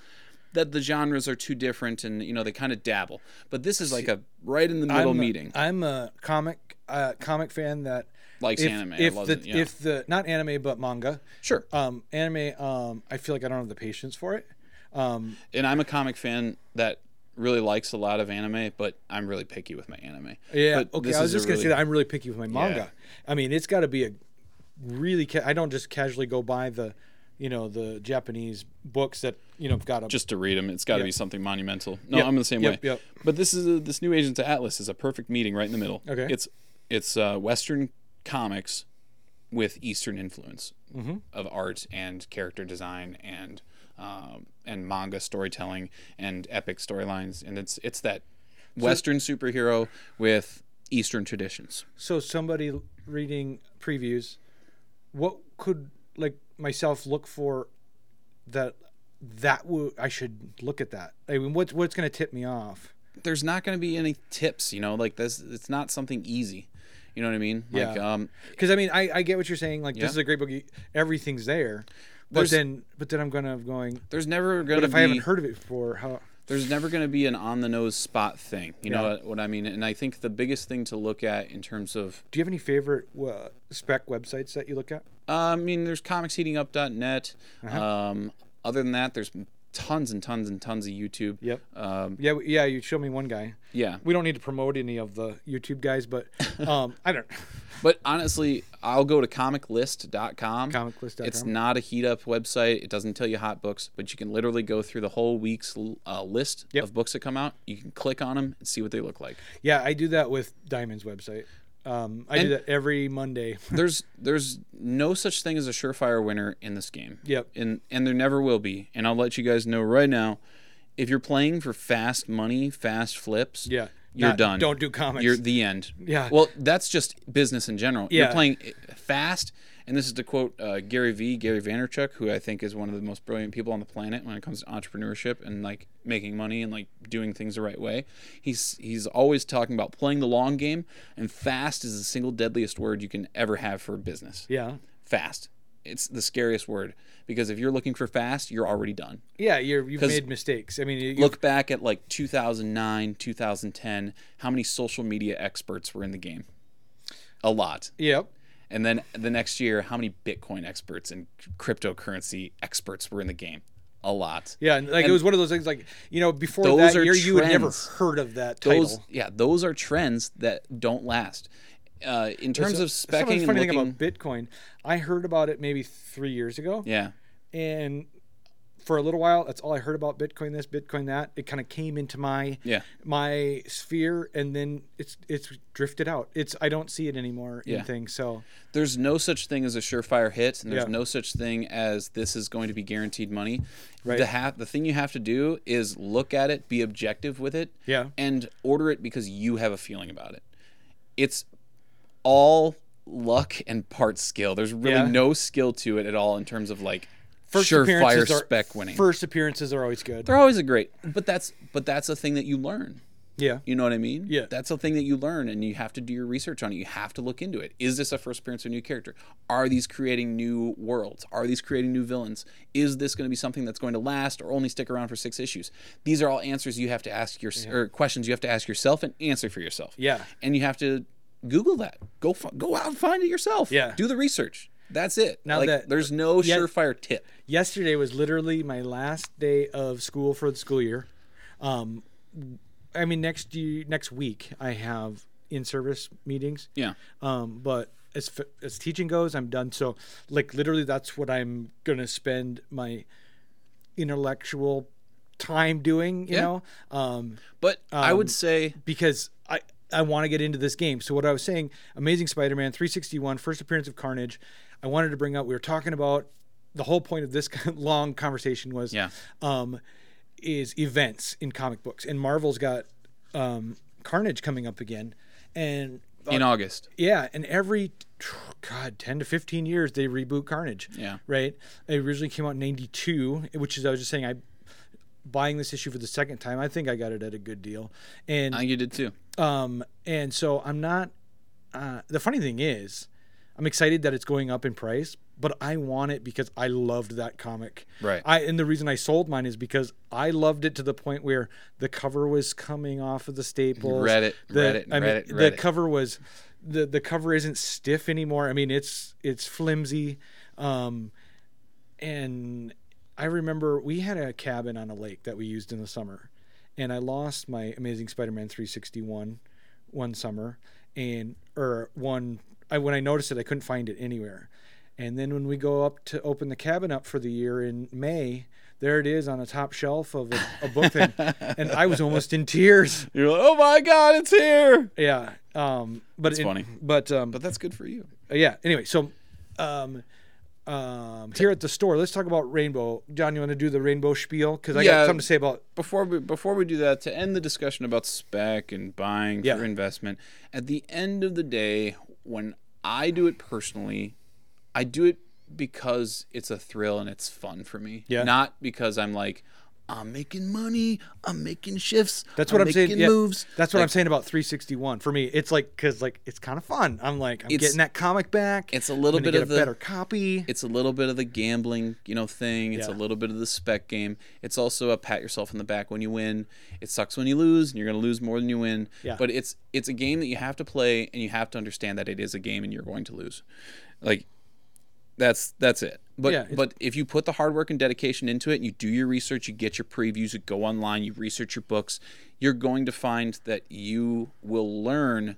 Speaker 1: that the genres are too different, and you know they kind of dabble. But this is like a right in the middle
Speaker 2: I'm a-
Speaker 1: meeting.
Speaker 2: I'm a comic uh, comic fan that
Speaker 1: Likes
Speaker 2: if,
Speaker 1: anime,
Speaker 2: If
Speaker 1: loves
Speaker 2: the
Speaker 1: it, yeah.
Speaker 2: if the not anime but manga,
Speaker 1: sure.
Speaker 2: um, anime, um, I feel like I don't have the patience for it. Um,
Speaker 1: and I'm a comic fan that really likes a lot of anime, but I'm really picky with my anime.
Speaker 2: yeah.
Speaker 1: But
Speaker 2: okay.
Speaker 1: this
Speaker 2: I was
Speaker 1: is a
Speaker 2: just gonna say
Speaker 1: really-
Speaker 2: that I'm really picky with my manga. I mean, it's got to be a really. Ca- I don't just casually go buy the, you know, the Japanese books that you know have got a
Speaker 1: just to read them. It's got to be something monumental. No,
Speaker 2: Yep,
Speaker 1: I'm the same
Speaker 2: yep,
Speaker 1: way.
Speaker 2: yep.
Speaker 1: But this is a, this new Agents of Atlas is a perfect meeting right in the middle.
Speaker 2: Okay.
Speaker 1: It's it's uh, Western comics with Eastern influence
Speaker 2: Mm-hmm.
Speaker 1: of art and character design and um, and manga storytelling and epic storylines, and it's it's that Western superhero with Eastern traditions.
Speaker 2: So somebody l- reading previews, what could like myself look for that that would I should look at that? I mean, what's what's going to tip me off?
Speaker 1: there's not going to be any tips, you know, like this. It's not something easy. You know what I mean? Like,
Speaker 2: Yeah.
Speaker 1: um,
Speaker 2: Because I mean, I, I get what you're saying. Like
Speaker 1: Yeah.
Speaker 2: this is a great book, you- everything's there, but
Speaker 1: There's-
Speaker 2: then but then I'm gonna going.
Speaker 1: there's never going to
Speaker 2: But if
Speaker 1: be,
Speaker 2: I haven't heard of it before, how?
Speaker 1: there's never going to be an on the nose spot thing. You know what I mean? And I think the biggest thing to look at in terms of,
Speaker 2: Do you have any favorite uh, spec websites that you look at?
Speaker 1: uh, I mean, there's comicsheatingup.net.
Speaker 2: Uh-huh.
Speaker 1: Um, other than that, there's tons and tons and tons of YouTube.
Speaker 2: Yep.
Speaker 1: Um,
Speaker 2: Yeah, w- yeah. You show me one guy.
Speaker 1: yeah.
Speaker 2: We don't need to promote any of the YouTube guys, but um, I don't.
Speaker 1: But honestly, I'll go to comiclist.com.
Speaker 2: Comiclist.com.
Speaker 1: It's not a heat up website. It doesn't tell you hot books, but you can literally go through the whole week's uh, list
Speaker 2: Yep.
Speaker 1: of books that come out. You can click on them and see what they look like.
Speaker 2: Yeah, I do that with Diamond's website. Um, I do
Speaker 1: And-
Speaker 2: that every Monday.
Speaker 1: there's there's no such thing as a surefire winner in this game.
Speaker 2: Yep.
Speaker 1: And and there never will be. And I'll let you guys know right now, if you're playing for fast money, fast flips,
Speaker 2: Yeah,
Speaker 1: you're
Speaker 2: Not-
Speaker 1: done.
Speaker 2: Don't do comics.
Speaker 1: You're the end.
Speaker 2: Yeah.
Speaker 1: Well, that's just business in general.
Speaker 2: Yeah.
Speaker 1: You're playing eh, fast, and this is to quote uh, Gary V. Gary Vaynerchuk, who I think is one of the most brilliant people on the planet when it comes to entrepreneurship and like making money and like doing things the right way. He's he's always talking about playing the long game, and fast is the single deadliest word you can ever have for a business.
Speaker 2: yeah,
Speaker 1: Fast. It's the scariest word because if you're looking for fast, you're already done
Speaker 2: yeah. You're, you've
Speaker 1: 'Cause
Speaker 2: made mistakes. I mean, you,
Speaker 1: look back at like 2009 2010 how many social media experts were in the game a lot
Speaker 2: Yep.
Speaker 1: and then the next year how many bitcoin experts and cryptocurrency experts were in the game a lot
Speaker 2: Yeah, and, like it was one of those things. Like you know, before
Speaker 1: Those
Speaker 2: that
Speaker 1: are
Speaker 2: year, you had never
Speaker 1: trends.
Speaker 2: heard of that title.
Speaker 1: those yeah those are trends that don't last uh, in terms of
Speaker 2: That's
Speaker 1: specking
Speaker 2: the
Speaker 1: and
Speaker 2: funny
Speaker 1: looking
Speaker 2: thing about Bitcoin. I heard about it maybe three years ago,
Speaker 1: yeah
Speaker 2: and for a little while, that's all I heard about Bitcoin. This, Bitcoin that. It kind of came into my
Speaker 1: Yeah.
Speaker 2: my sphere, and then it's it's drifted out. It's I don't see it anymore
Speaker 1: Yeah.
Speaker 2: in things. So
Speaker 1: there's no such thing as a surefire hit, and there's
Speaker 2: Yeah.
Speaker 1: no such thing as this is going to be guaranteed money.
Speaker 2: Right.
Speaker 1: The ha- the thing you have to do is look at it, be objective with it,
Speaker 2: Yeah.
Speaker 1: and order it because you have a feeling about it. It's all luck and part skill. There's really
Speaker 2: Yeah.
Speaker 1: no skill to it at all in terms of like
Speaker 2: First
Speaker 1: surefire
Speaker 2: appearances are-
Speaker 1: spec winning.
Speaker 2: first appearances are always good.
Speaker 1: They're always a great, but that's but that's a thing that you learn.
Speaker 2: Yeah.
Speaker 1: You know what I mean?
Speaker 2: Yeah.
Speaker 1: That's a thing that you learn and you have to do your research on it. You have to look into it. Is this a first appearance of a new character? Are these creating new worlds? Are these creating new villains? Is this going to be something that's going to last or only stick around for six issues? These are all answers you have to ask your or questions you have to ask yourself and answer for yourself.
Speaker 2: Yeah.
Speaker 1: And you have to Google that. Go f- go out and find it yourself.
Speaker 2: Yeah.
Speaker 1: Do the research. That's it.
Speaker 2: Now
Speaker 1: like,
Speaker 2: that-
Speaker 1: there's no
Speaker 2: Yeah.
Speaker 1: surefire tip.
Speaker 2: Yesterday was literally my last day of school for the school year. Um, I mean, next year, next week, I have in-service meetings.
Speaker 1: Yeah.
Speaker 2: Um, but as f- as teaching goes, I'm done. So, like, literally, that's what I'm gonna spend my intellectual time doing. You
Speaker 1: Yeah.
Speaker 2: know, um,
Speaker 1: But I would say
Speaker 2: because I. I want to get into this game. So what I was saying, Amazing Spider-Man 361, first appearance of Carnage. I wanted to bring up. We were talking about the whole point of this long conversation was,
Speaker 1: Yeah.
Speaker 2: um, is events in comic books, and Marvel's got um, Carnage coming up again, and
Speaker 1: in August.
Speaker 2: yeah, and every God, ten to fifteen years they reboot Carnage.
Speaker 1: Yeah.
Speaker 2: Right? It originally came out in ninety two, which is I was just saying I buying this issue for the second time, I think I got it at a good deal. And
Speaker 1: I think you did too.
Speaker 2: um and so I'm not uh the funny thing is I'm excited that it's going up in price, but I want it because I loved that comic.
Speaker 1: Right.
Speaker 2: I and the reason I sold mine is because I loved it to the point where the cover was coming off of the staples.
Speaker 1: Read it,
Speaker 2: The,
Speaker 1: read it,
Speaker 2: I mean,
Speaker 1: read it,
Speaker 2: the
Speaker 1: read it.
Speaker 2: cover was the the cover isn't stiff anymore. I mean, it's it's flimsy, um, and I remember we had a cabin on a lake that we used in the summer, and I lost my Amazing Spider-Man 361 one summer, and or one I when I noticed it I couldn't find it anywhere, and then when we go up to open the cabin up for the year in May. There it is on a top shelf of a, a book thing, and I was almost in tears.
Speaker 1: You're like, oh my god, it's here.
Speaker 2: Yeah, um, but it's
Speaker 1: funny.
Speaker 2: But um,
Speaker 1: But that's good for you.
Speaker 2: uh, yeah. Anyway, so um, um, here at the store, let's talk about Rainbow. John, you want to do the Rainbow spiel? Because I got
Speaker 1: Yeah.
Speaker 2: something to say about.
Speaker 1: Before we before we do that, to end the discussion about spec and buying
Speaker 2: Yeah.
Speaker 1: for investment, at the end of the day, when I do it personally, I do it because it's a thrill and it's fun for me.
Speaker 2: Yeah.
Speaker 1: Not because I'm like, I'm making money, I'm making shifts.
Speaker 2: That's what I'm, saying.
Speaker 1: making
Speaker 2: yeah,
Speaker 1: moves.
Speaker 2: That's what I'm saying about 361. For me, it's like because like it's kind of fun. I'm like I'm
Speaker 1: It's-
Speaker 2: getting that comic back.
Speaker 1: it's a little
Speaker 2: I'm
Speaker 1: bit
Speaker 2: gonna get
Speaker 1: of
Speaker 2: a
Speaker 1: the-
Speaker 2: better copy.
Speaker 1: it's a little bit of the gambling, you know, thing. It's
Speaker 2: Yeah.
Speaker 1: a little bit of the spec game. It's also a pat yourself on the back when you win. It sucks when you lose, and you're going to lose more than you win.
Speaker 2: Yeah.
Speaker 1: But it's it's a game that you have to play, and you have to understand that it is a game, and you're going to lose. Like that's that's it. But
Speaker 2: Yeah, it's-
Speaker 1: but if you put the hard work and dedication into it, and you do your research, you get your previews, you go online, you research your books, you're going to find that you will learn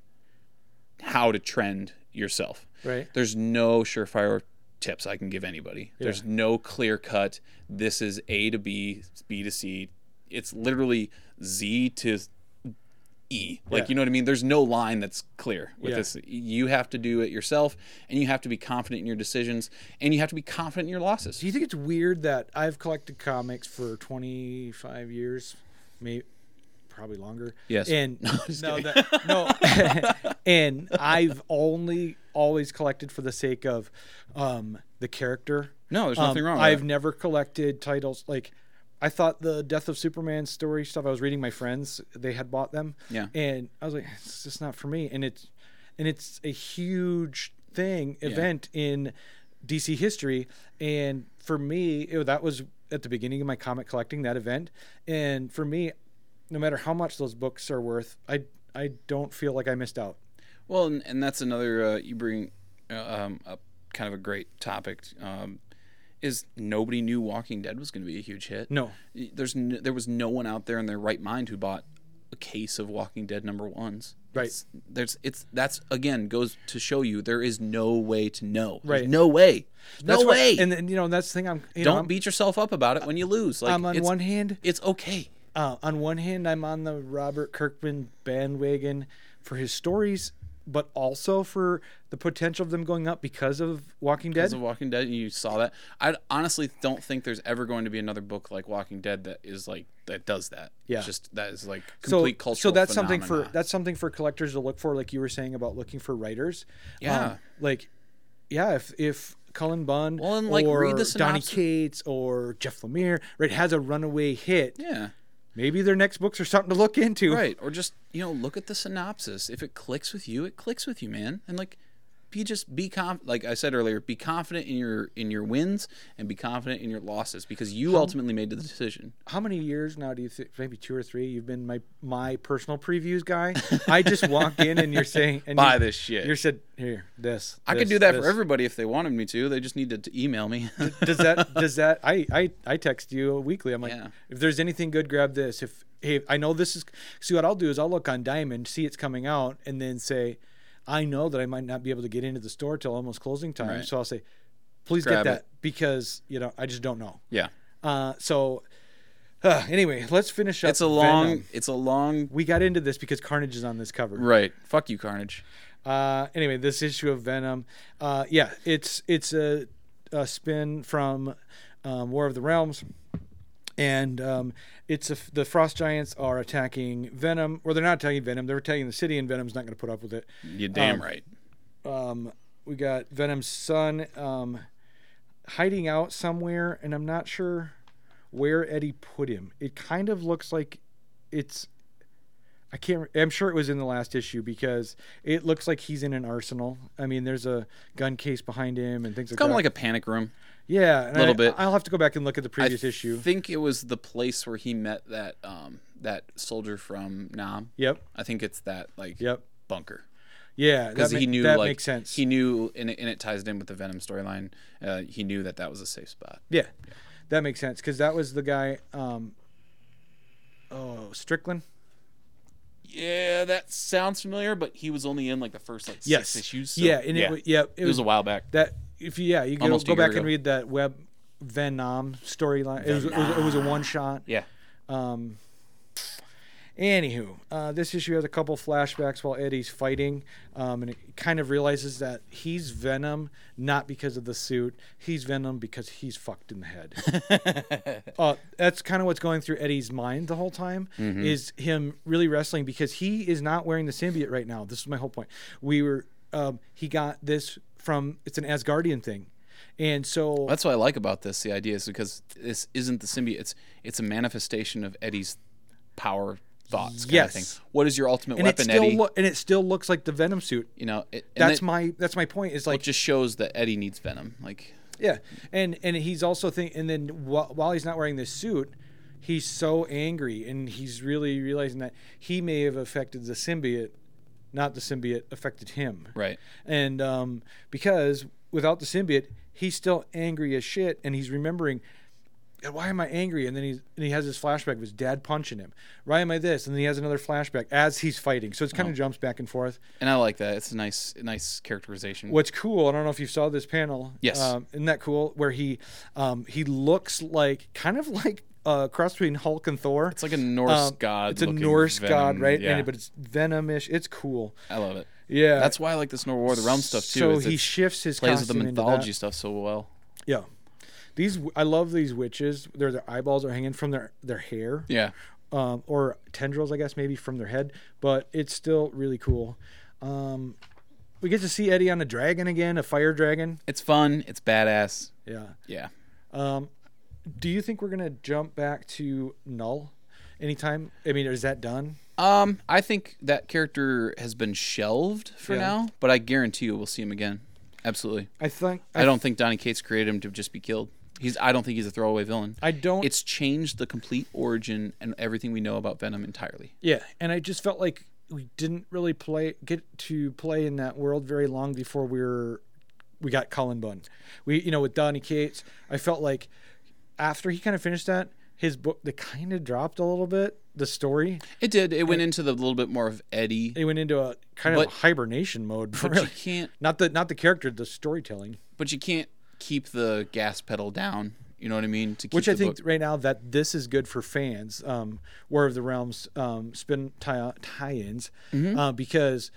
Speaker 1: how to trend yourself.
Speaker 2: Right.
Speaker 1: There's no surefire tips I can give anybody. There's no clear cut. This is A to B, B to C. It's literally Z to E. Like
Speaker 2: Yeah.
Speaker 1: you know what I mean? There's no line that's clear with
Speaker 2: Yeah.
Speaker 1: this. You have to do it yourself, and you have to be confident in your decisions, and you have to be confident in your losses.
Speaker 2: Do you think it's weird that I've collected comics for 25 years, maybe probably longer?
Speaker 1: Yes.
Speaker 2: And no,
Speaker 1: just
Speaker 2: that, no, and I've only always collected for the sake of um, the character.
Speaker 1: No, there's
Speaker 2: Um,
Speaker 1: nothing wrong. With
Speaker 2: I've
Speaker 1: that.
Speaker 2: never collected titles like. I thought the Death of Superman story stuff. I was reading my friends; they had bought them,
Speaker 1: Yeah.
Speaker 2: and I was like, "It's just not for me." And it's, and it's a huge thing event in DC history, and for me, it, that was at the beginning of my comic collecting that event, and for me, no matter how much those books are worth, I I don't feel like I missed out.
Speaker 1: Well, and, and that's another uh, you bring uh, um, up kind of a great topic um, is nobody knew Walking Dead was going to be a huge hit.
Speaker 2: No.
Speaker 1: there's n there was no one out there in their right mind who bought a case of Walking Dead number ones.
Speaker 2: Right.
Speaker 1: It's, there's it's that's again goes to show you there is no way to know. There's
Speaker 2: Right.
Speaker 1: No way. No
Speaker 2: That's what-
Speaker 1: way.
Speaker 2: and, then you know that's the thing. I'm you know,
Speaker 1: Don't
Speaker 2: I'm-
Speaker 1: beat yourself up about it when you lose. Like
Speaker 2: I'm on
Speaker 1: it's,
Speaker 2: one hand
Speaker 1: it's okay.
Speaker 2: uh, on one hand, I'm on the Robert Kirkman bandwagon for his stories, but also for the potential of them going up because of Walking Dead.
Speaker 1: Because of Walking Dead, and you saw that. I honestly don't think there's ever going to be another book like Walking Dead that is like that does that.
Speaker 2: Yeah.
Speaker 1: It's just that is like
Speaker 2: so,
Speaker 1: complete cultural.
Speaker 2: so that's something for
Speaker 1: phenomena.
Speaker 2: that's something for collectors to look for, like you were saying about looking for writers. Um,
Speaker 1: Yeah.
Speaker 2: like, yeah, if if Cullen Bunn
Speaker 1: Well, and, like,
Speaker 2: or
Speaker 1: read the
Speaker 2: Donny
Speaker 1: synopsis.
Speaker 2: Cates or Jeff Lemire, right, has a runaway hit,
Speaker 1: yeah.
Speaker 2: Maybe their next books are something to look into.
Speaker 1: Right. Or just, you know, look at the synopsis. If it clicks with you, it clicks with you, man. And like be just be conf- like I said earlier, be confident in your in your wins and be confident in your losses because you ultimately made the decision.
Speaker 2: How many years now do you think? Maybe two or three. You've been my my personal previews guy. I just walk in and you're saying, and
Speaker 1: Buy
Speaker 2: you,
Speaker 1: this shit.
Speaker 2: You said here this.
Speaker 1: I
Speaker 2: this,
Speaker 1: could do that for
Speaker 2: this."
Speaker 1: everybody if they wanted me to. They just needed to email me.
Speaker 2: does that does that I, I i text you weekly i'm like
Speaker 1: Yeah.
Speaker 2: if there's anything good grab this if hey i know this is see what i'll do is i'll look on diamond see it's coming out and then say i know that i might not be able to get into the store till almost closing time
Speaker 1: Right.
Speaker 2: so i'll say please
Speaker 1: Grab
Speaker 2: get that because you know i just don't know
Speaker 1: yeah.
Speaker 2: uh so uh, anyway let's finish up
Speaker 1: It's a long
Speaker 2: Venom.
Speaker 1: it's a long
Speaker 2: we got into this because carnage is on this cover
Speaker 1: right. Fuck you, Carnage.
Speaker 2: uh, anyway, this issue of Venom, uh, yeah, it's it's a, a spin from um, War of the Realms, and um, it's a, the Frost Giants are attacking Venom, or they're not attacking Venom, they're attacking the city, and Venom's not going to put up with it.
Speaker 1: You're damn right.
Speaker 2: Um, we got Venom's son um, hiding out somewhere, and I'm not sure where Eddie put him. It kind of looks like it's. I can't. I'm sure it was in the last issue because it looks like he's in an arsenal. I mean, there's a gun case behind him and things like
Speaker 1: Kind
Speaker 2: that.
Speaker 1: of like a panic room.
Speaker 2: yeah, a
Speaker 1: little bit.
Speaker 2: I'll have to go back and look at the previous
Speaker 1: I
Speaker 2: issue.
Speaker 1: think it was the place where he met that um that soldier from Nam.
Speaker 2: Yep.
Speaker 1: I think it's that like
Speaker 2: Yep.
Speaker 1: bunker
Speaker 2: Yeah, that
Speaker 1: because he
Speaker 2: ma-
Speaker 1: knew
Speaker 2: that
Speaker 1: like
Speaker 2: makes sense.
Speaker 1: he knew and it, and it ties in with the Venom storyline. Uh, he knew that that was a safe spot.
Speaker 2: yeah, that makes sense because that was the guy. Um, oh, Strickland.
Speaker 1: Yeah, that sounds familiar, but he was only in like the first like
Speaker 2: Yes.
Speaker 1: six issues. so-
Speaker 2: yeah, and it was, yeah, it
Speaker 1: it was
Speaker 2: was
Speaker 1: a while back.
Speaker 2: That if you, yeah, you go,
Speaker 1: Almost a
Speaker 2: go
Speaker 1: year
Speaker 2: back
Speaker 1: ago.
Speaker 2: and read that web Venom storyline. It was, it was it was a one shot.
Speaker 1: Yeah,
Speaker 2: Um, anywho, uh, this issue has a couple flashbacks while Eddie's fighting, um, and it kind of realizes that he's Venom not because of the suit. He's Venom because he's fucked in the head. uh, that's kind of what's going through Eddie's mind the whole time
Speaker 1: Mm-hmm.
Speaker 2: is him really wrestling because he is not wearing the symbiote right now. This is my whole point. We were um, he got this from it's an Asgardian thing. And so
Speaker 1: that's what I like about this. The idea is because this isn't the symbiote. It's it's a manifestation of Eddie's power thoughts. Kind
Speaker 2: Yes.
Speaker 1: of thing. What is your ultimate
Speaker 2: and it
Speaker 1: weapon,
Speaker 2: still
Speaker 1: Eddie?
Speaker 2: lo- and it still looks like the Venom suit.
Speaker 1: you know, it, and
Speaker 2: That's
Speaker 1: it-
Speaker 2: my that's my point. Is
Speaker 1: it
Speaker 2: like
Speaker 1: just shows that Eddie needs Venom. Like
Speaker 2: Yeah, and and he's also think, and then wh- while he's not wearing this suit, he's so angry, and he's really realizing that he may have affected the symbiote, not the symbiote affected him.
Speaker 1: right.
Speaker 2: And um, because without the symbiote, he's still angry as shit, and he's remembering. "God, Why am I angry? And then he's, and he has this flashback of his dad punching him. Why am I this? And then he has another flashback as he's fighting. So it's kind of jumps back and forth.
Speaker 1: And I like that. It's a nice, nice characterization.
Speaker 2: What's cool? I don't know if you saw this panel.
Speaker 1: Yes.
Speaker 2: Um, isn't that cool? Where he, um, he looks like kind of like a cross between Hulk and Thor.
Speaker 1: It's like a Norse
Speaker 2: Um,
Speaker 1: god.
Speaker 2: It's a
Speaker 1: looking
Speaker 2: Norse
Speaker 1: Venom.
Speaker 2: god, right?
Speaker 1: Yeah,
Speaker 2: And- but it's venomish. It's cool.
Speaker 1: I love it.
Speaker 2: Yeah.
Speaker 1: That's why I like this Nor War of the Realm stuff too.
Speaker 2: So
Speaker 1: is
Speaker 2: he
Speaker 1: it
Speaker 2: shifts his
Speaker 1: plays with the
Speaker 2: costume into that.
Speaker 1: mythology stuff so well.
Speaker 2: Yeah. These w- I love these witches. Their their eyeballs are hanging from their their hair.
Speaker 1: Yeah,
Speaker 2: Um, or tendrils, I guess, maybe from their head, but it's still really cool. Um, we get to see Eddie on a dragon again, a fire dragon.
Speaker 1: it's fun. It's badass.
Speaker 2: Yeah.
Speaker 1: Yeah.
Speaker 2: Um, do you think we're gonna jump back to null anytime? I mean, is that done?
Speaker 1: Um, I think that character has been shelved for
Speaker 2: Yeah.
Speaker 1: now, but I guarantee you we'll see him again. Absolutely.
Speaker 2: I think
Speaker 1: I don't think Donny Cates created him to just be killed. He's. I don't think he's a throwaway villain.
Speaker 2: I don't.
Speaker 1: It's changed the complete origin and everything we know about Venom entirely.
Speaker 2: yeah, and I just felt like we didn't really play get to play in that world very long before we were we got Colin Bunn. We you know with Donny Cates, I felt like after he kind of finished that, his book they kind of dropped a little bit the story.
Speaker 1: It did. It went into the little bit more of Eddie.
Speaker 2: It went into a kind
Speaker 1: But-
Speaker 2: of hibernation mode.
Speaker 1: But you
Speaker 2: Really.
Speaker 1: can't.
Speaker 2: Not the not the character, the storytelling.
Speaker 1: But you can't keep the gas pedal down. You know what I mean? To keep
Speaker 2: which
Speaker 1: the
Speaker 2: I think
Speaker 1: book-
Speaker 2: right now that this is good for fans. Um, War of the Realms um, spin tie- tie-ins
Speaker 1: Mm-hmm.
Speaker 2: uh, because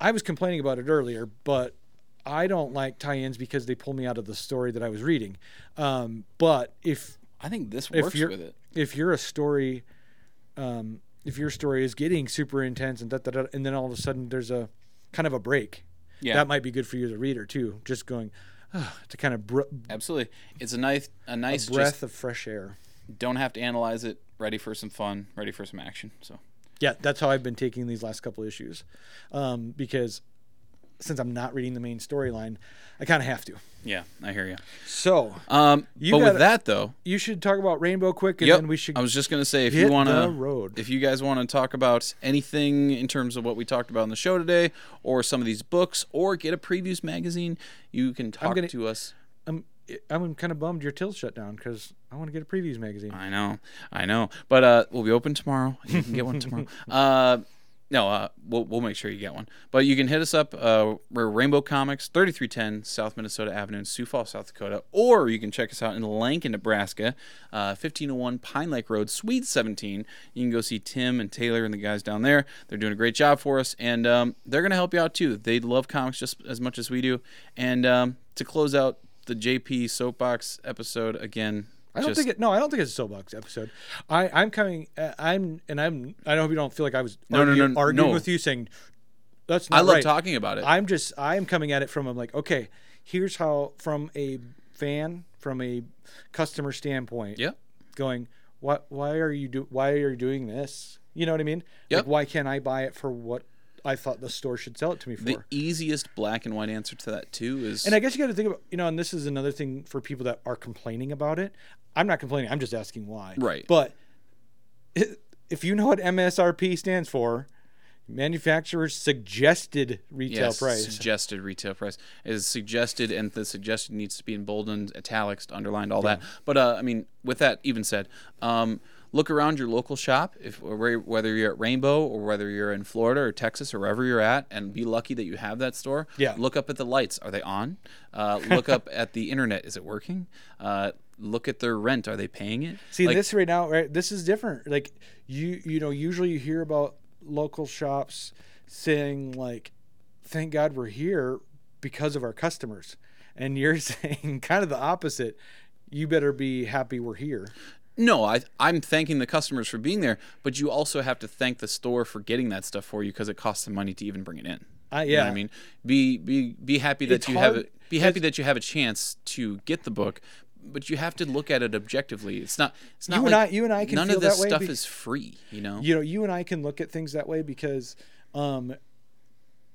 Speaker 2: I was complaining about it earlier, but I don't like tie-ins because they pull me out of the story that I was reading. Um, but if
Speaker 1: I think this
Speaker 2: if
Speaker 1: works
Speaker 2: you're
Speaker 1: with it.
Speaker 2: if you're a story, um, if your story is getting super intense and da, da, da, and then all of a sudden there's a kind of a break,
Speaker 1: Yeah.
Speaker 2: that might be good for you as a reader too. Just going. ah, to kind of br-
Speaker 1: Absolutely. It's a nice, a nice just
Speaker 2: breath of fresh air.
Speaker 1: Don't have to analyze it. Ready for some fun. Ready for some action. So
Speaker 2: Yeah, that's how I've been taking these last couple issues, um, because since I'm not reading the main storyline, I kind of have to.
Speaker 1: yeah, I hear you.
Speaker 2: So
Speaker 1: Um,
Speaker 2: You
Speaker 1: but
Speaker 2: gotta-
Speaker 1: with that though,
Speaker 2: you should talk about Rainbow quick, and
Speaker 1: yep.
Speaker 2: then we should.
Speaker 1: I was just gonna say if
Speaker 2: hit
Speaker 1: you want
Speaker 2: the
Speaker 1: to
Speaker 2: road.
Speaker 1: if you guys want to talk about anything in terms of what we talked about on the show today, or some of these books, or get a previews magazine, you can talk
Speaker 2: gonna-
Speaker 1: to us.
Speaker 2: I'm um, I'm kind of bummed your till's shut down because I want to get a previews magazine.
Speaker 1: I know, I know. But uh, we'll be open tomorrow. You can get one tomorrow. Uh, no, uh, we'll, we'll make sure you get one. But you can hit us up. Uh, we're Rainbow Comics, 3310 South Minnesota Avenue in Sioux Falls, South Dakota. Or you can check us out in Lankin, Nebraska, uh, 1501 Pine Lake Road, Suite 17. You can go see Tim and Taylor and the guys down there. They're doing a great job for us. And um, they're going to help you out too. They love comics just as much as we do. And um, to close out the JP Soapbox episode again,
Speaker 2: I don't
Speaker 1: just-
Speaker 2: think it. No, I don't think it's a soapbox episode. I I'm coming. uh, I'm and I'm. I hope you don't feel like I was
Speaker 1: No, no,
Speaker 2: arguing,
Speaker 1: no,
Speaker 2: arguing
Speaker 1: no.
Speaker 2: with you saying that's not
Speaker 1: I love
Speaker 2: right.
Speaker 1: talking about it.
Speaker 2: I'm just I'm coming at it from I'm like okay, here's how from a fan from a customer standpoint.
Speaker 1: Yep.
Speaker 2: Going what? Why are you do? Why are you doing this? You know what I mean?
Speaker 1: Yep.
Speaker 2: Like why can't I buy it for what I thought the store should sell it to me for?
Speaker 1: The easiest black and white answer to that too is
Speaker 2: And I guess you got to think about, you know, and this is another thing for people that are complaining about it. I'm not complaining. I'm just asking why.
Speaker 1: Right.
Speaker 2: But i- if you know what MSRP stands for, manufacturer's suggested retail
Speaker 1: yes,
Speaker 2: price.
Speaker 1: suggested retail price is suggested, and the suggested needs to be emboldened, italics, underlined, all that. But uh, I mean, with that even said, um, look around your local shop, if or where- whether you're at Rainbow or whether you're in Florida or Texas or wherever you're at, and be lucky that you have that store.
Speaker 2: Yeah.
Speaker 1: Look up at the lights. Are they on? Uh, look up at the internet. Is it working? Uh, look at their rent. Are they paying it?
Speaker 2: See
Speaker 1: Like,
Speaker 2: this right now, right? This is different. Like you, you know, usually you hear about local shops saying like, "Thank God we're here because of our customers," and you're saying kind of the opposite. You better be happy we're here.
Speaker 1: No, I, I'm thanking the customers for being there, but you also have to thank the store for getting that stuff for you because it costs them money to even bring it in.
Speaker 2: I-
Speaker 1: You know what
Speaker 2: Uh, yeah.
Speaker 1: I mean, be be be happy that
Speaker 2: It's
Speaker 1: you have
Speaker 2: hard-
Speaker 1: it. Be happy that you have a chance to get the book, but you have to look at it objectively. It's not. It's not
Speaker 2: You
Speaker 1: like
Speaker 2: and I- you and I can
Speaker 1: none
Speaker 2: feel
Speaker 1: of this
Speaker 2: that way
Speaker 1: stuff
Speaker 2: be-
Speaker 1: is free. You know.
Speaker 2: you know you and i can look at things that way because um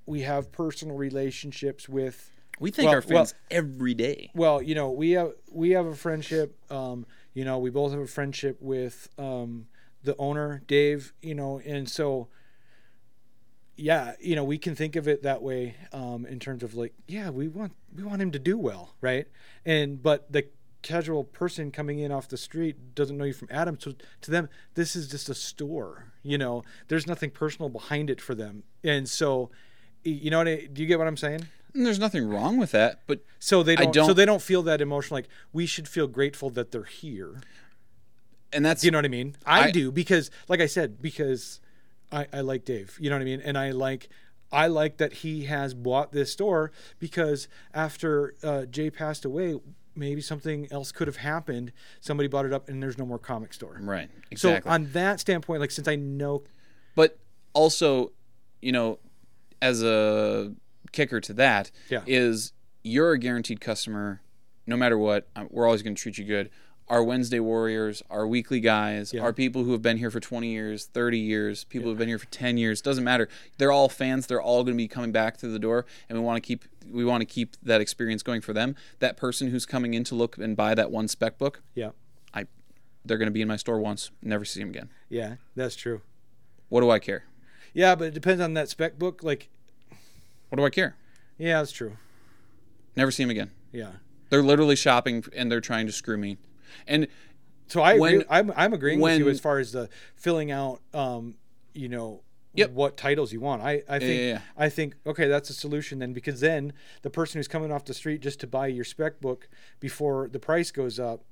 Speaker 2: we have personal relationships with
Speaker 1: we thank
Speaker 2: well-
Speaker 1: our
Speaker 2: well-
Speaker 1: fans every day.
Speaker 2: well you know we have we have a friendship um you know we both have a friendship with um the owner dave you know and so yeah you know we can think of it that way um in terms of like yeah we want we want him to do well right and but the casual person coming in off the street doesn't know you from adam so to them this is just a store you know there's nothing personal behind it for them and so y- you know what I, do you get what i'm saying
Speaker 1: And there's nothing wrong with that, but
Speaker 2: so they
Speaker 1: I
Speaker 2: don't, so
Speaker 1: don't-
Speaker 2: they don't feel that emotion. Like we should feel grateful that they're here.
Speaker 1: and that's
Speaker 2: Do you know what I mean? I,
Speaker 1: I-
Speaker 2: do because, like I said, because I, I like Dave. You know what I mean? And I like I like that he has bought this store because after uh, Jay passed away, maybe something else could have happened. Somebody bought it up, and there's no more comic store.
Speaker 1: right.
Speaker 2: So
Speaker 1: Exactly.
Speaker 2: on that standpoint, like since I know,
Speaker 1: but also you know as a kicker to that
Speaker 2: Yeah.
Speaker 1: is you're a guaranteed customer no matter what Uh, we're always going to treat you good our wednesday warriors our weekly guys our people who have been here for 20 years 30 years people who have been here for 10 years doesn't matter they're all fans they're all going to be coming back through the door and we want to keep we want to keep that experience going for them that person who's coming in to look and buy that one spec book
Speaker 2: yeah,
Speaker 1: i they're going to be in my store once never see them again
Speaker 2: yeah, that's true.
Speaker 1: what do i care
Speaker 2: Yeah, but it depends on that spec book. Like,
Speaker 1: what do i care
Speaker 2: yeah, that's true.
Speaker 1: never see them again
Speaker 2: Yeah.
Speaker 1: They're literally shopping and they're trying to screw me. And
Speaker 2: So I agree,
Speaker 1: When-
Speaker 2: I'm I'm agreeing with you
Speaker 1: when-
Speaker 2: as far as the filling out, um, you know,
Speaker 1: Yep.
Speaker 2: what titles you want. I I think
Speaker 1: yeah, yeah.
Speaker 2: I think okay, that's a solution then because then the person who's coming off the street just to buy your spec book before the price goes up.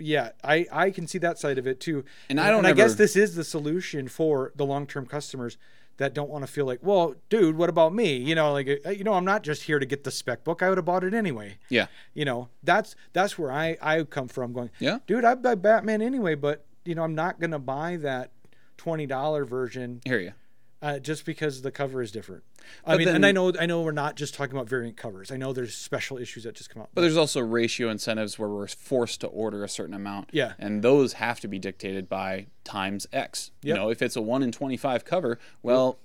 Speaker 2: Yeah, I I can see that side of it too.
Speaker 1: And I don't
Speaker 2: I guess
Speaker 1: ever-
Speaker 2: this is the solution for the long term customers that don't want to feel like, well, dude, what about me? You know, like uh, you know, I'm not just here to get the spec book. I would have bought it anyway
Speaker 1: yeah,
Speaker 2: you know that's that's where i i come from going
Speaker 1: Yeah.
Speaker 2: dude i buy batman anyway but you know i'm not gonna buy that $20 version
Speaker 1: I hear you.
Speaker 2: uh, just because the cover is different. I
Speaker 1: But
Speaker 2: mean,
Speaker 1: then-
Speaker 2: and I know I know we're not just talking about variant covers. I know there's special issues that just come out.
Speaker 1: But there's also ratio incentives where we're forced to order a certain amount.
Speaker 2: Yeah.
Speaker 1: And those have to be dictated by times X.
Speaker 2: Yep.
Speaker 1: You know, if it's a 1 in 25 cover, well,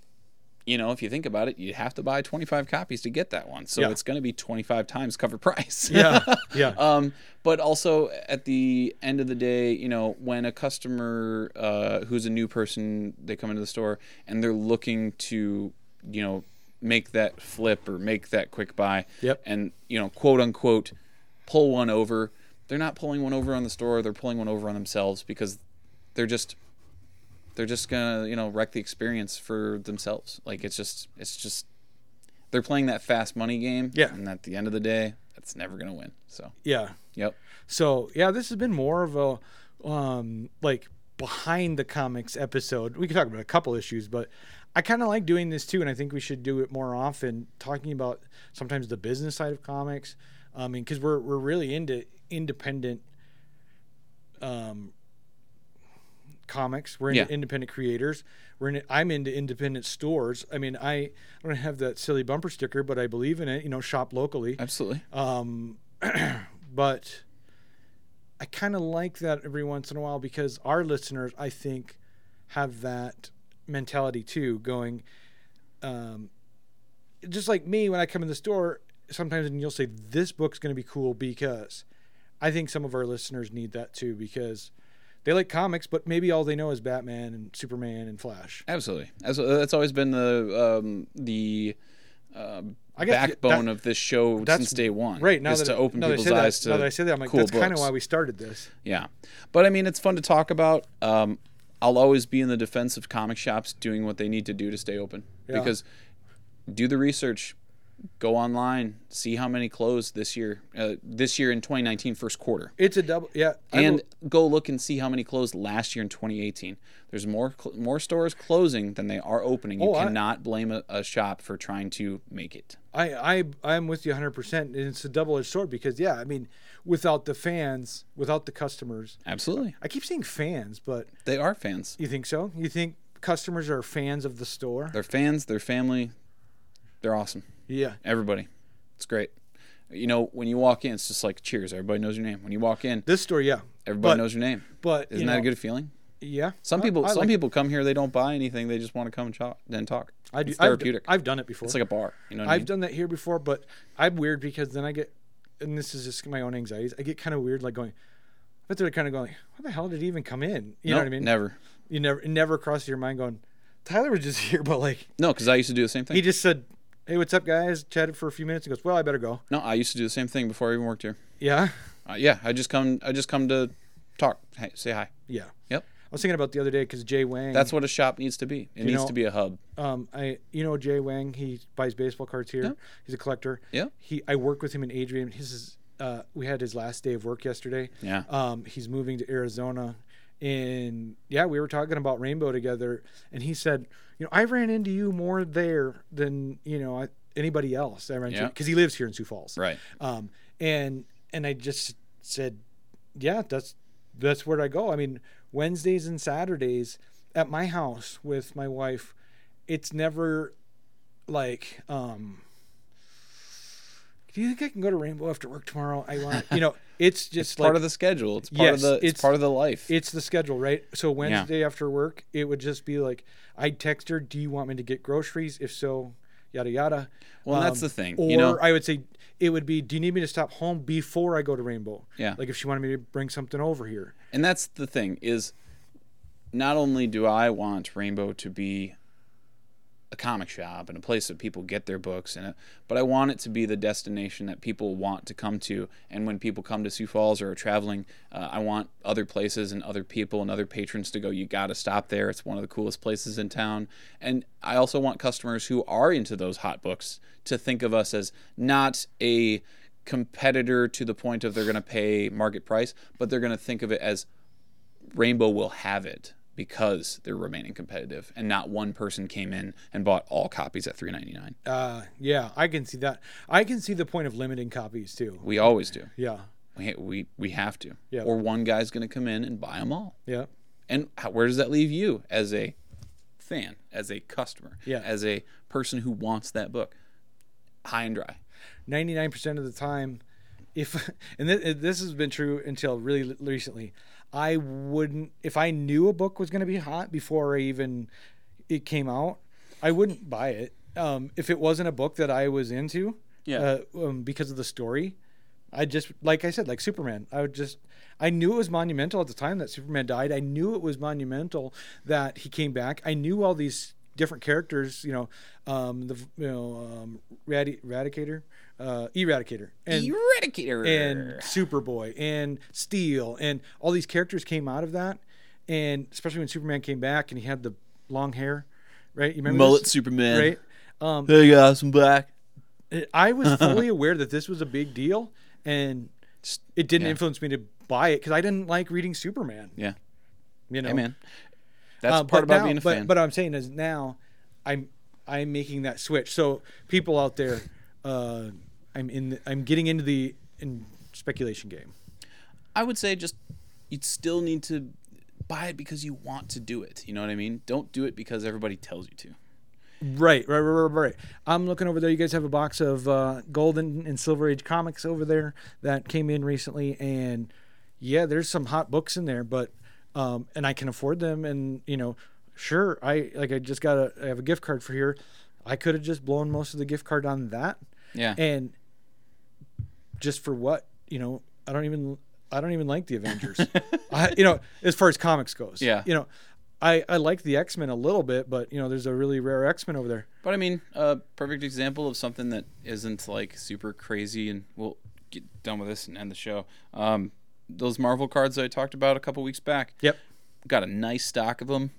Speaker 1: you know, if you think about it, you have to buy 25 copies to get that one. So
Speaker 2: Yeah.
Speaker 1: it's going to be 25 times cover price.
Speaker 2: yeah, yeah,
Speaker 1: um, but also at the end of the day, you know, when a customer uh, who's a new person they come into the store and they're looking to, you know, make that flip or make that quick buy,
Speaker 2: Yep.
Speaker 1: and you know, quote unquote, pull one over. They're not pulling one over on the store; they're pulling one over on themselves because they're just they're just gonna you know wreck the experience for themselves. Like it's just it's just they're playing that fast money game.
Speaker 2: Yeah.
Speaker 1: and at the end of the day. That's never gonna win. So
Speaker 2: yeah.
Speaker 1: Yep.
Speaker 2: So yeah, this has been more of a um, like behind the comics episode. We could talk about a couple issues, but I kind of like doing this too, and I think we should do it more often. Talking about sometimes the business side of comics. I mean, because we're we're really into independent um, comics. We're into
Speaker 1: Yeah.
Speaker 2: independent creators. We're in, I'm into independent stores. I mean, I, I don't have that silly bumper sticker, but I believe in it. You know, shop locally.
Speaker 1: Absolutely.
Speaker 2: Um, but I kind of like that every once in a while because our listeners, I think, have that mentality too. Going, um, just like me when I come in the store sometimes, and you'll say this book's going to be cool because I think some of our listeners need that too because they like comics, but maybe all they know is Batman and Superman and Flash.
Speaker 1: Absolutely. As, that's always been the um, the uh,
Speaker 2: I guess
Speaker 1: backbone
Speaker 2: that-
Speaker 1: of this show
Speaker 2: that's-
Speaker 1: since day one.
Speaker 2: Right now
Speaker 1: is
Speaker 2: that
Speaker 1: to open
Speaker 2: now that I
Speaker 1: people's
Speaker 2: say that-
Speaker 1: eyes to
Speaker 2: now that I say that, I'm like
Speaker 1: cool
Speaker 2: that's kind of
Speaker 1: books.
Speaker 2: why we started this.
Speaker 1: Yeah, but I mean, it's fun to talk about. Um, I'll always be in the defense of comic shops doing what they need to do to stay open
Speaker 2: Yeah.
Speaker 1: because do the research, go online, see how many closed this year, uh, this year in 2019 first quarter.
Speaker 2: It's a double, yeah. I will-
Speaker 1: and go look and see how many closed last year in 2018. There's more cl- more stores closing than they are opening. You
Speaker 2: Oh, I-
Speaker 1: cannot blame a, a shop for trying to make it.
Speaker 2: I, I I'm with you 100, percent and it's a double edged sword because yeah, I mean, without the fans, without the customers,
Speaker 1: Absolutely,
Speaker 2: I keep saying fans, but
Speaker 1: they are fans.
Speaker 2: you think so? You think customers are fans of the store?
Speaker 1: They're fans. They're family. They're awesome.
Speaker 2: Yeah,
Speaker 1: Everybody, it's great. You know, when you walk in, it's just like cheers. Everybody knows your name. When you walk in,
Speaker 2: this store, yeah.
Speaker 1: everybody
Speaker 2: but,
Speaker 1: knows your name.
Speaker 2: but you
Speaker 1: Isn't that a
Speaker 2: know,
Speaker 1: good feeling?
Speaker 2: Yeah,
Speaker 1: Some
Speaker 2: I-
Speaker 1: people,
Speaker 2: I
Speaker 1: some
Speaker 2: like-
Speaker 1: people come here. They don't buy anything. They just want to come and talk. Then talk.
Speaker 2: I do,
Speaker 1: It's therapeutic.
Speaker 2: I've, done- I've done it before.
Speaker 1: it's like a bar. You know what I
Speaker 2: I've
Speaker 1: mean?
Speaker 2: done that here before, but I'm weird because then I get, and this is just my own anxieties. I get kind of weird, like going, but they're kind of going, "What the hell did he even come in?" You know what I
Speaker 1: Nope,
Speaker 2: mean?
Speaker 1: Never.
Speaker 2: You never, it never crosses your mind going, Tyler was just here, but like
Speaker 1: No, because I used to do the same thing.
Speaker 2: he just said, "Hey, what's up, guys?" Chatted for a few minutes and goes, "Well, I better go."
Speaker 1: No, I used to do the same thing before I even worked here.
Speaker 2: Yeah,
Speaker 1: Uh, yeah, I just come. I just come to talk, hey, say hi.
Speaker 2: yeah.
Speaker 1: Yep,
Speaker 2: I was thinking about the other day because Jay Wang.
Speaker 1: that's what a shop needs to be. It needs
Speaker 2: know-
Speaker 1: to be a hub.
Speaker 2: um, I you know Jay Wang. He buys baseball cards here. He's a collector.
Speaker 1: Yeah.
Speaker 2: He I work with him in Adrian. His is uh, we had his last day of work yesterday.
Speaker 1: Yeah.
Speaker 2: Um, he's moving to Arizona, and yeah, we were talking about Rainbow together, and he said, you know, I ran into you more there than you know I, anybody else. I ran
Speaker 1: Yeah.
Speaker 2: because he lives here in Sioux Falls.
Speaker 1: Right.
Speaker 2: um, and and I just said, yeah, that's that's where I go. I mean, Wednesdays and Saturdays at my house with my wife, it's never like, um, do you think I can go to Rainbow after work tomorrow? I want, you know, it's just
Speaker 1: It's
Speaker 2: like
Speaker 1: part of the schedule. It's part of
Speaker 2: Yes,
Speaker 1: the. It's,
Speaker 2: it's-
Speaker 1: part of the life.
Speaker 2: it's the schedule, right? So Wednesday after work, it would just be like, I'd text her, do you want me to get groceries? If so, yada yada.
Speaker 1: well, and that's the thing.
Speaker 2: Um, Or
Speaker 1: You know,
Speaker 2: I would say it would be, do you need me to stop home before I go to Rainbow?
Speaker 1: Yeah.
Speaker 2: Like if she wanted me to bring something over here.
Speaker 1: and that's the thing is, not only do I want Rainbow to be a comic shop and a place that people get their books and it, but I want it to be the destination that people want to come to. And when people come to Sioux Falls or are traveling, uh, I want other places and other people and other patrons to go. You got to stop there. It's one of the coolest places in town. And I also want customers who are into those hot books to think of us as not a competitor to the point of they're going to pay market price, but they're going to think of it as Rainbow will have it because they're remaining competitive, and not one person came in and bought all copies at three ninety nine.
Speaker 2: Uh, yeah, I can see that. I can see the point of limiting copies too.
Speaker 1: We always do.
Speaker 2: Yeah.
Speaker 1: We we, we have to.
Speaker 2: Yeah.
Speaker 1: Or one guy's going to come in and buy them all.
Speaker 2: Yeah.
Speaker 1: And how, where does that leave you as a fan, as a customer,
Speaker 2: Yeah.
Speaker 1: as a person who wants that book. High and dry.
Speaker 2: 99% of the time if and th- this has been true until really l- recently i wouldn't if i knew a book was going to be hot before i even it came out i wouldn't buy it um, if it wasn't a book that i was into
Speaker 1: Yeah.
Speaker 2: uh, um, because of the story i just like i said like superman i would just i knew it was monumental at the time that superman died i knew it was monumental that he came back i knew all these different characters you know um, the you know um, Radi- eradicator uh, eradicator and
Speaker 1: Eradicator.
Speaker 2: and Superboy and Steel and all these characters came out of that. And especially when Superman came back and he had the long hair, right? You remember
Speaker 1: Mullet
Speaker 2: this?
Speaker 1: Superman.
Speaker 2: right? Um,
Speaker 1: Hey guys, I'm back.
Speaker 2: I was fully aware that this was a big deal, and it didn't
Speaker 1: Yeah.
Speaker 2: influence me to buy it because I didn't like reading Superman.
Speaker 1: Yeah.
Speaker 2: You know,
Speaker 1: Hey man. That's
Speaker 2: Uh,
Speaker 1: part
Speaker 2: but
Speaker 1: about
Speaker 2: now-
Speaker 1: being a
Speaker 2: but,
Speaker 1: fan.
Speaker 2: But I'm saying is now, I'm I'm making that switch. So people out there, uh, I'm in. The, I'm getting into the in speculation game.
Speaker 1: I would say just you'd still need to buy it because you want to do it. You know what I mean? Don't do it because everybody tells you to.
Speaker 2: Right, right, right, right, right. I'm looking over there. You guys have a box of uh, Golden and Silver Age comics over there that came in recently, and yeah, there's some hot books in there, but um, and I can afford them, and you know, sure, I like I just got a I have a gift card for here. I could have just blown most of the gift card on that,
Speaker 1: Yeah.
Speaker 2: and just for what you know, I don't even I don't even like the Avengers, I, you know, as far as comics goes.
Speaker 1: Yeah.
Speaker 2: you know. I, I like the X Men a little bit, but you know, there's a really rare X Men over there.
Speaker 1: But I mean, a perfect example of something that isn't like super crazy, and we'll get done with this and end the show. Um, those Marvel cards that I talked about a couple weeks back.
Speaker 2: Yep.
Speaker 1: Got a nice stock of them.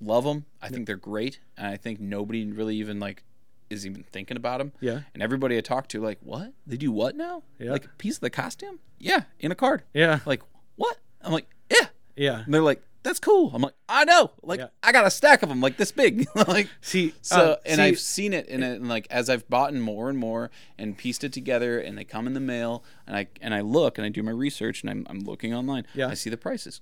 Speaker 1: Love them. I think they're great, and I think nobody really even like is even thinking about them.
Speaker 2: Yeah.
Speaker 1: And everybody I talk to, like, what they do? What now?
Speaker 2: Yeah.
Speaker 1: Like a piece of the costume? Yeah, in a card.
Speaker 2: Yeah.
Speaker 1: Like what? I'm like, yeah.
Speaker 2: Yeah.
Speaker 1: And they're like, that's cool. I'm like, I know. Like
Speaker 2: Yeah.
Speaker 1: I got a stack of them, like this big. like
Speaker 2: See,
Speaker 1: so
Speaker 2: um,
Speaker 1: and
Speaker 2: see-
Speaker 1: I've seen it in it, and like as I've bought in more and more and pieced it together, and they come in the mail, and I and I look and I do my research, and I'm I'm looking online.
Speaker 2: Yeah.
Speaker 1: I see the prices,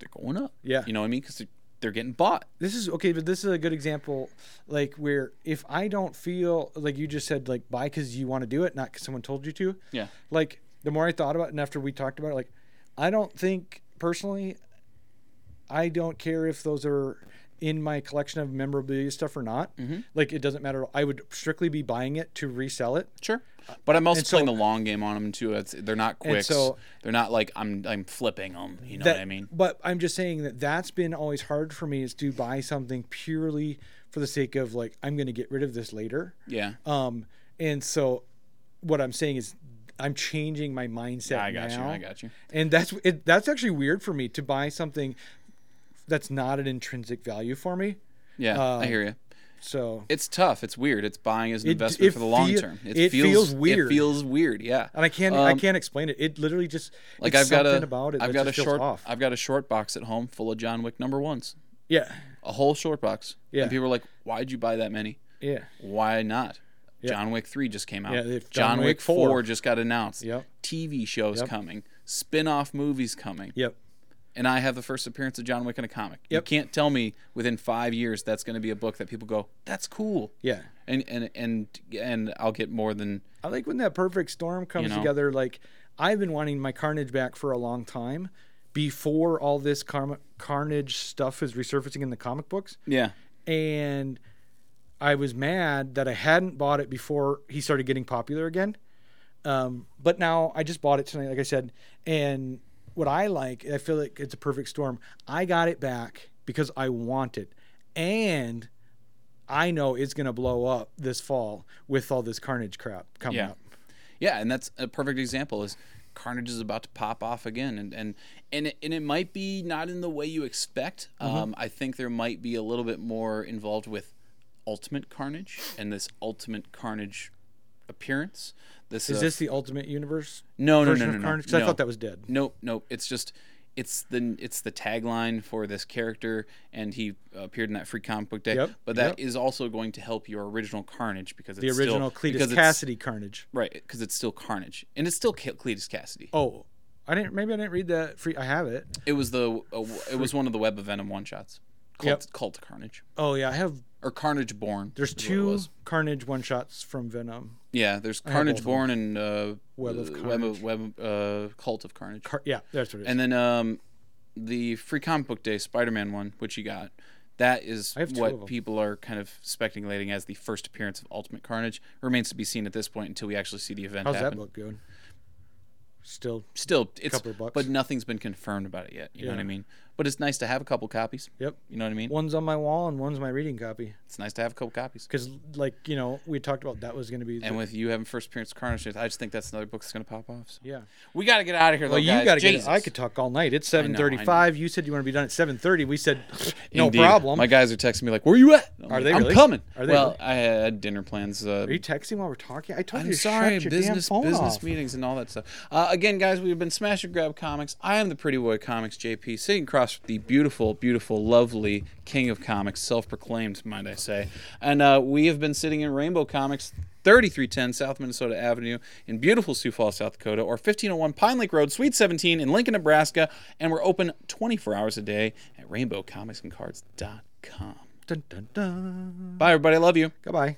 Speaker 1: they're going up.
Speaker 2: Yeah.
Speaker 1: you know what I mean? Because they're, they're getting bought.
Speaker 2: this is okay, but this is a good example, like where if I don't feel like you just said, like buy because you want to do it, not because someone told you to.
Speaker 1: Yeah.
Speaker 2: Like the more I thought about it, and after we talked about it, like I don't think personally, I don't care if those are in my collection of memorabilia stuff or not.
Speaker 1: Mm-hmm.
Speaker 2: Like it doesn't matter. I would strictly be buying it to resell it.
Speaker 1: Sure. But I'm also
Speaker 2: and so-
Speaker 1: playing the long game on them too. It's, they're not quicks.
Speaker 2: so-
Speaker 1: they're not like I'm I'm flipping them. You know
Speaker 2: that-
Speaker 1: what I mean?
Speaker 2: But I'm just saying that that's been always hard for me is to buy something purely for the sake of like I'm going to get rid of this later.
Speaker 1: Yeah.
Speaker 2: Um, and so what I'm saying is I'm changing my mindset.
Speaker 1: I got
Speaker 2: Oh, now.
Speaker 1: you. I got you.
Speaker 2: And that's it, that's actually weird for me to buy something that's not an intrinsic value for me.
Speaker 1: Yeah, I
Speaker 2: Um,
Speaker 1: hear you.
Speaker 2: So
Speaker 1: It's tough. It's weird. It's buying as an
Speaker 2: It-
Speaker 1: investment
Speaker 2: it
Speaker 1: for the long
Speaker 2: feel-
Speaker 1: term.
Speaker 2: it feels weird.
Speaker 1: It feels weird. Yeah.
Speaker 2: and I can't I
Speaker 1: Um,
Speaker 2: can't explain it. It literally just
Speaker 1: like
Speaker 2: it's
Speaker 1: I've got a
Speaker 2: something about it.
Speaker 1: have
Speaker 2: that
Speaker 1: got a
Speaker 2: just feels
Speaker 1: short
Speaker 2: off.
Speaker 1: I've got a short box at home full of John Wick number ones.
Speaker 2: yeah,
Speaker 1: A whole short box.
Speaker 2: Yeah.
Speaker 1: And people are like, "Why'd you buy that many?
Speaker 2: yeah,
Speaker 1: Why not?" John Wick 3 just came out.
Speaker 2: Yeah, they've-
Speaker 1: John, Wick 4. just got announced.
Speaker 2: Yep.
Speaker 1: TV shows coming. Spin-off movies coming.
Speaker 2: yep.
Speaker 1: And I have the first appearance of John Wick in a comic. You
Speaker 2: Yep.
Speaker 1: can't tell me within 5 years that's going to be a book that people go, "That's cool."
Speaker 2: Yeah.
Speaker 1: And and and and I'll get more than
Speaker 2: I like when that perfect storm comes
Speaker 1: know?
Speaker 2: together. Like I've been wanting my Carnage back for a long time, before all this car- Carnage stuff is resurfacing in the comic books,
Speaker 1: yeah.
Speaker 2: and I was mad that I hadn't bought it before he started getting popular again. Um, but now I just bought it tonight, like I said, and what I like, I feel like it's a perfect storm. I got it back because I want it, and I know it's gonna blow up this fall with all this Carnage crap coming
Speaker 1: Yeah.
Speaker 2: up.
Speaker 1: Yeah, and that's a perfect example is Carnage is about to pop off again, and and and it, and it might be not in the way you expect.
Speaker 2: Mm-hmm.
Speaker 1: Um, I think there might be a little bit more involved with Ultimate Carnage and this Ultimate Carnage appearance. This
Speaker 2: Is
Speaker 1: uh,
Speaker 2: this the Ultimate Universe?
Speaker 1: no no no
Speaker 2: version
Speaker 1: no
Speaker 2: of
Speaker 1: no,
Speaker 2: Carnage? 'Cause
Speaker 1: no.
Speaker 2: I thought that was dead.
Speaker 1: Nope, nope. It's just it's the it's the tagline for this character, and he appeared in that free comic book day.
Speaker 2: Yep,
Speaker 1: But that is
Speaker 2: yep.
Speaker 1: also going to help your original Carnage because
Speaker 2: The
Speaker 1: it's
Speaker 2: original
Speaker 1: still,
Speaker 2: Cletus
Speaker 1: because it's-
Speaker 2: Cassidy Carnage.
Speaker 1: right? Because it's still Carnage, and it's still Cle- Cletus Cassidy.
Speaker 2: Oh, I didn't. Maybe I didn't read that. Free. I have it.
Speaker 1: It was the uh, it was one of the Web of Venom one shots. Cult, Cult Carnage
Speaker 2: Oh yeah, I have.
Speaker 1: or Carnage Born.
Speaker 2: There's
Speaker 1: is what it
Speaker 2: two
Speaker 1: was.
Speaker 2: Carnage one shots from Venom.
Speaker 1: Yeah, there's
Speaker 2: have
Speaker 1: Carnage
Speaker 2: both
Speaker 1: Born and uh,
Speaker 2: Web of
Speaker 1: uh, Web of, Web of- uh, Cult of Carnage.
Speaker 2: Car- yeah, that's what it is.
Speaker 1: and then um, the Free Comic Book Day Spider-Man one, which you got. That is
Speaker 2: I have two of
Speaker 1: what
Speaker 2: 'em.
Speaker 1: people are kind of speculating as the first appearance of Ultimate Carnage. Remains to be seen at this point until we actually see the event
Speaker 2: How's
Speaker 1: happen.
Speaker 2: that book going? Still,
Speaker 1: Still, it's
Speaker 2: Couple of bucks.
Speaker 1: but nothing's been confirmed about it yet. You know what I
Speaker 2: Yeah.
Speaker 1: mean? But it's nice to have a couple copies.
Speaker 2: yep.
Speaker 1: You know what I mean?
Speaker 2: One's on my wall and one's my reading copy.
Speaker 1: It's nice to have a couple copies.
Speaker 2: Because, like, you know, we talked about that was going to be.
Speaker 1: And
Speaker 2: the,
Speaker 1: with you having first appearance of Carnage, I just think that's another book that's going to pop off. So.
Speaker 2: yeah.
Speaker 1: We got to get out of here, though.
Speaker 2: Well, you
Speaker 1: guys.
Speaker 2: got to get.
Speaker 1: Jesus.
Speaker 2: I could talk all night. It's
Speaker 1: know, I know.
Speaker 2: 7:35. You said you want to be done at 7:30. We said no
Speaker 1: Indeed.
Speaker 2: problem.
Speaker 1: My guys are texting me like, "Where you at? I'm
Speaker 2: Are
Speaker 1: like,
Speaker 2: they
Speaker 1: I'm
Speaker 2: really?
Speaker 1: coming.
Speaker 2: Are they
Speaker 1: well,
Speaker 2: really?
Speaker 1: I had dinner plans. Uh,
Speaker 2: Are you texting while we're talking? I told
Speaker 1: I'm
Speaker 2: you. to
Speaker 1: sorry,
Speaker 2: shut your
Speaker 1: business
Speaker 2: damn phone
Speaker 1: business
Speaker 2: off.
Speaker 1: meetings and all that stuff. Uh, again, guys, we've been Smash and Grab Comics. I am the Pretty Boy Comics JP, sitting across from the beautiful, beautiful, lovely King of Comics, self-proclaimed, might I say. And uh, we have been sitting in Rainbow Comics, 3310 South Minnesota Avenue in beautiful Sioux Falls, South Dakota, or 1501 Pine Lake Road, Suite 17 in Lincoln, Nebraska. And we're open 24 hours a day at RainbowComicsAndCards.com.
Speaker 2: Dun, dun, dun.
Speaker 1: Bye, everybody. Love you.
Speaker 2: Goodbye.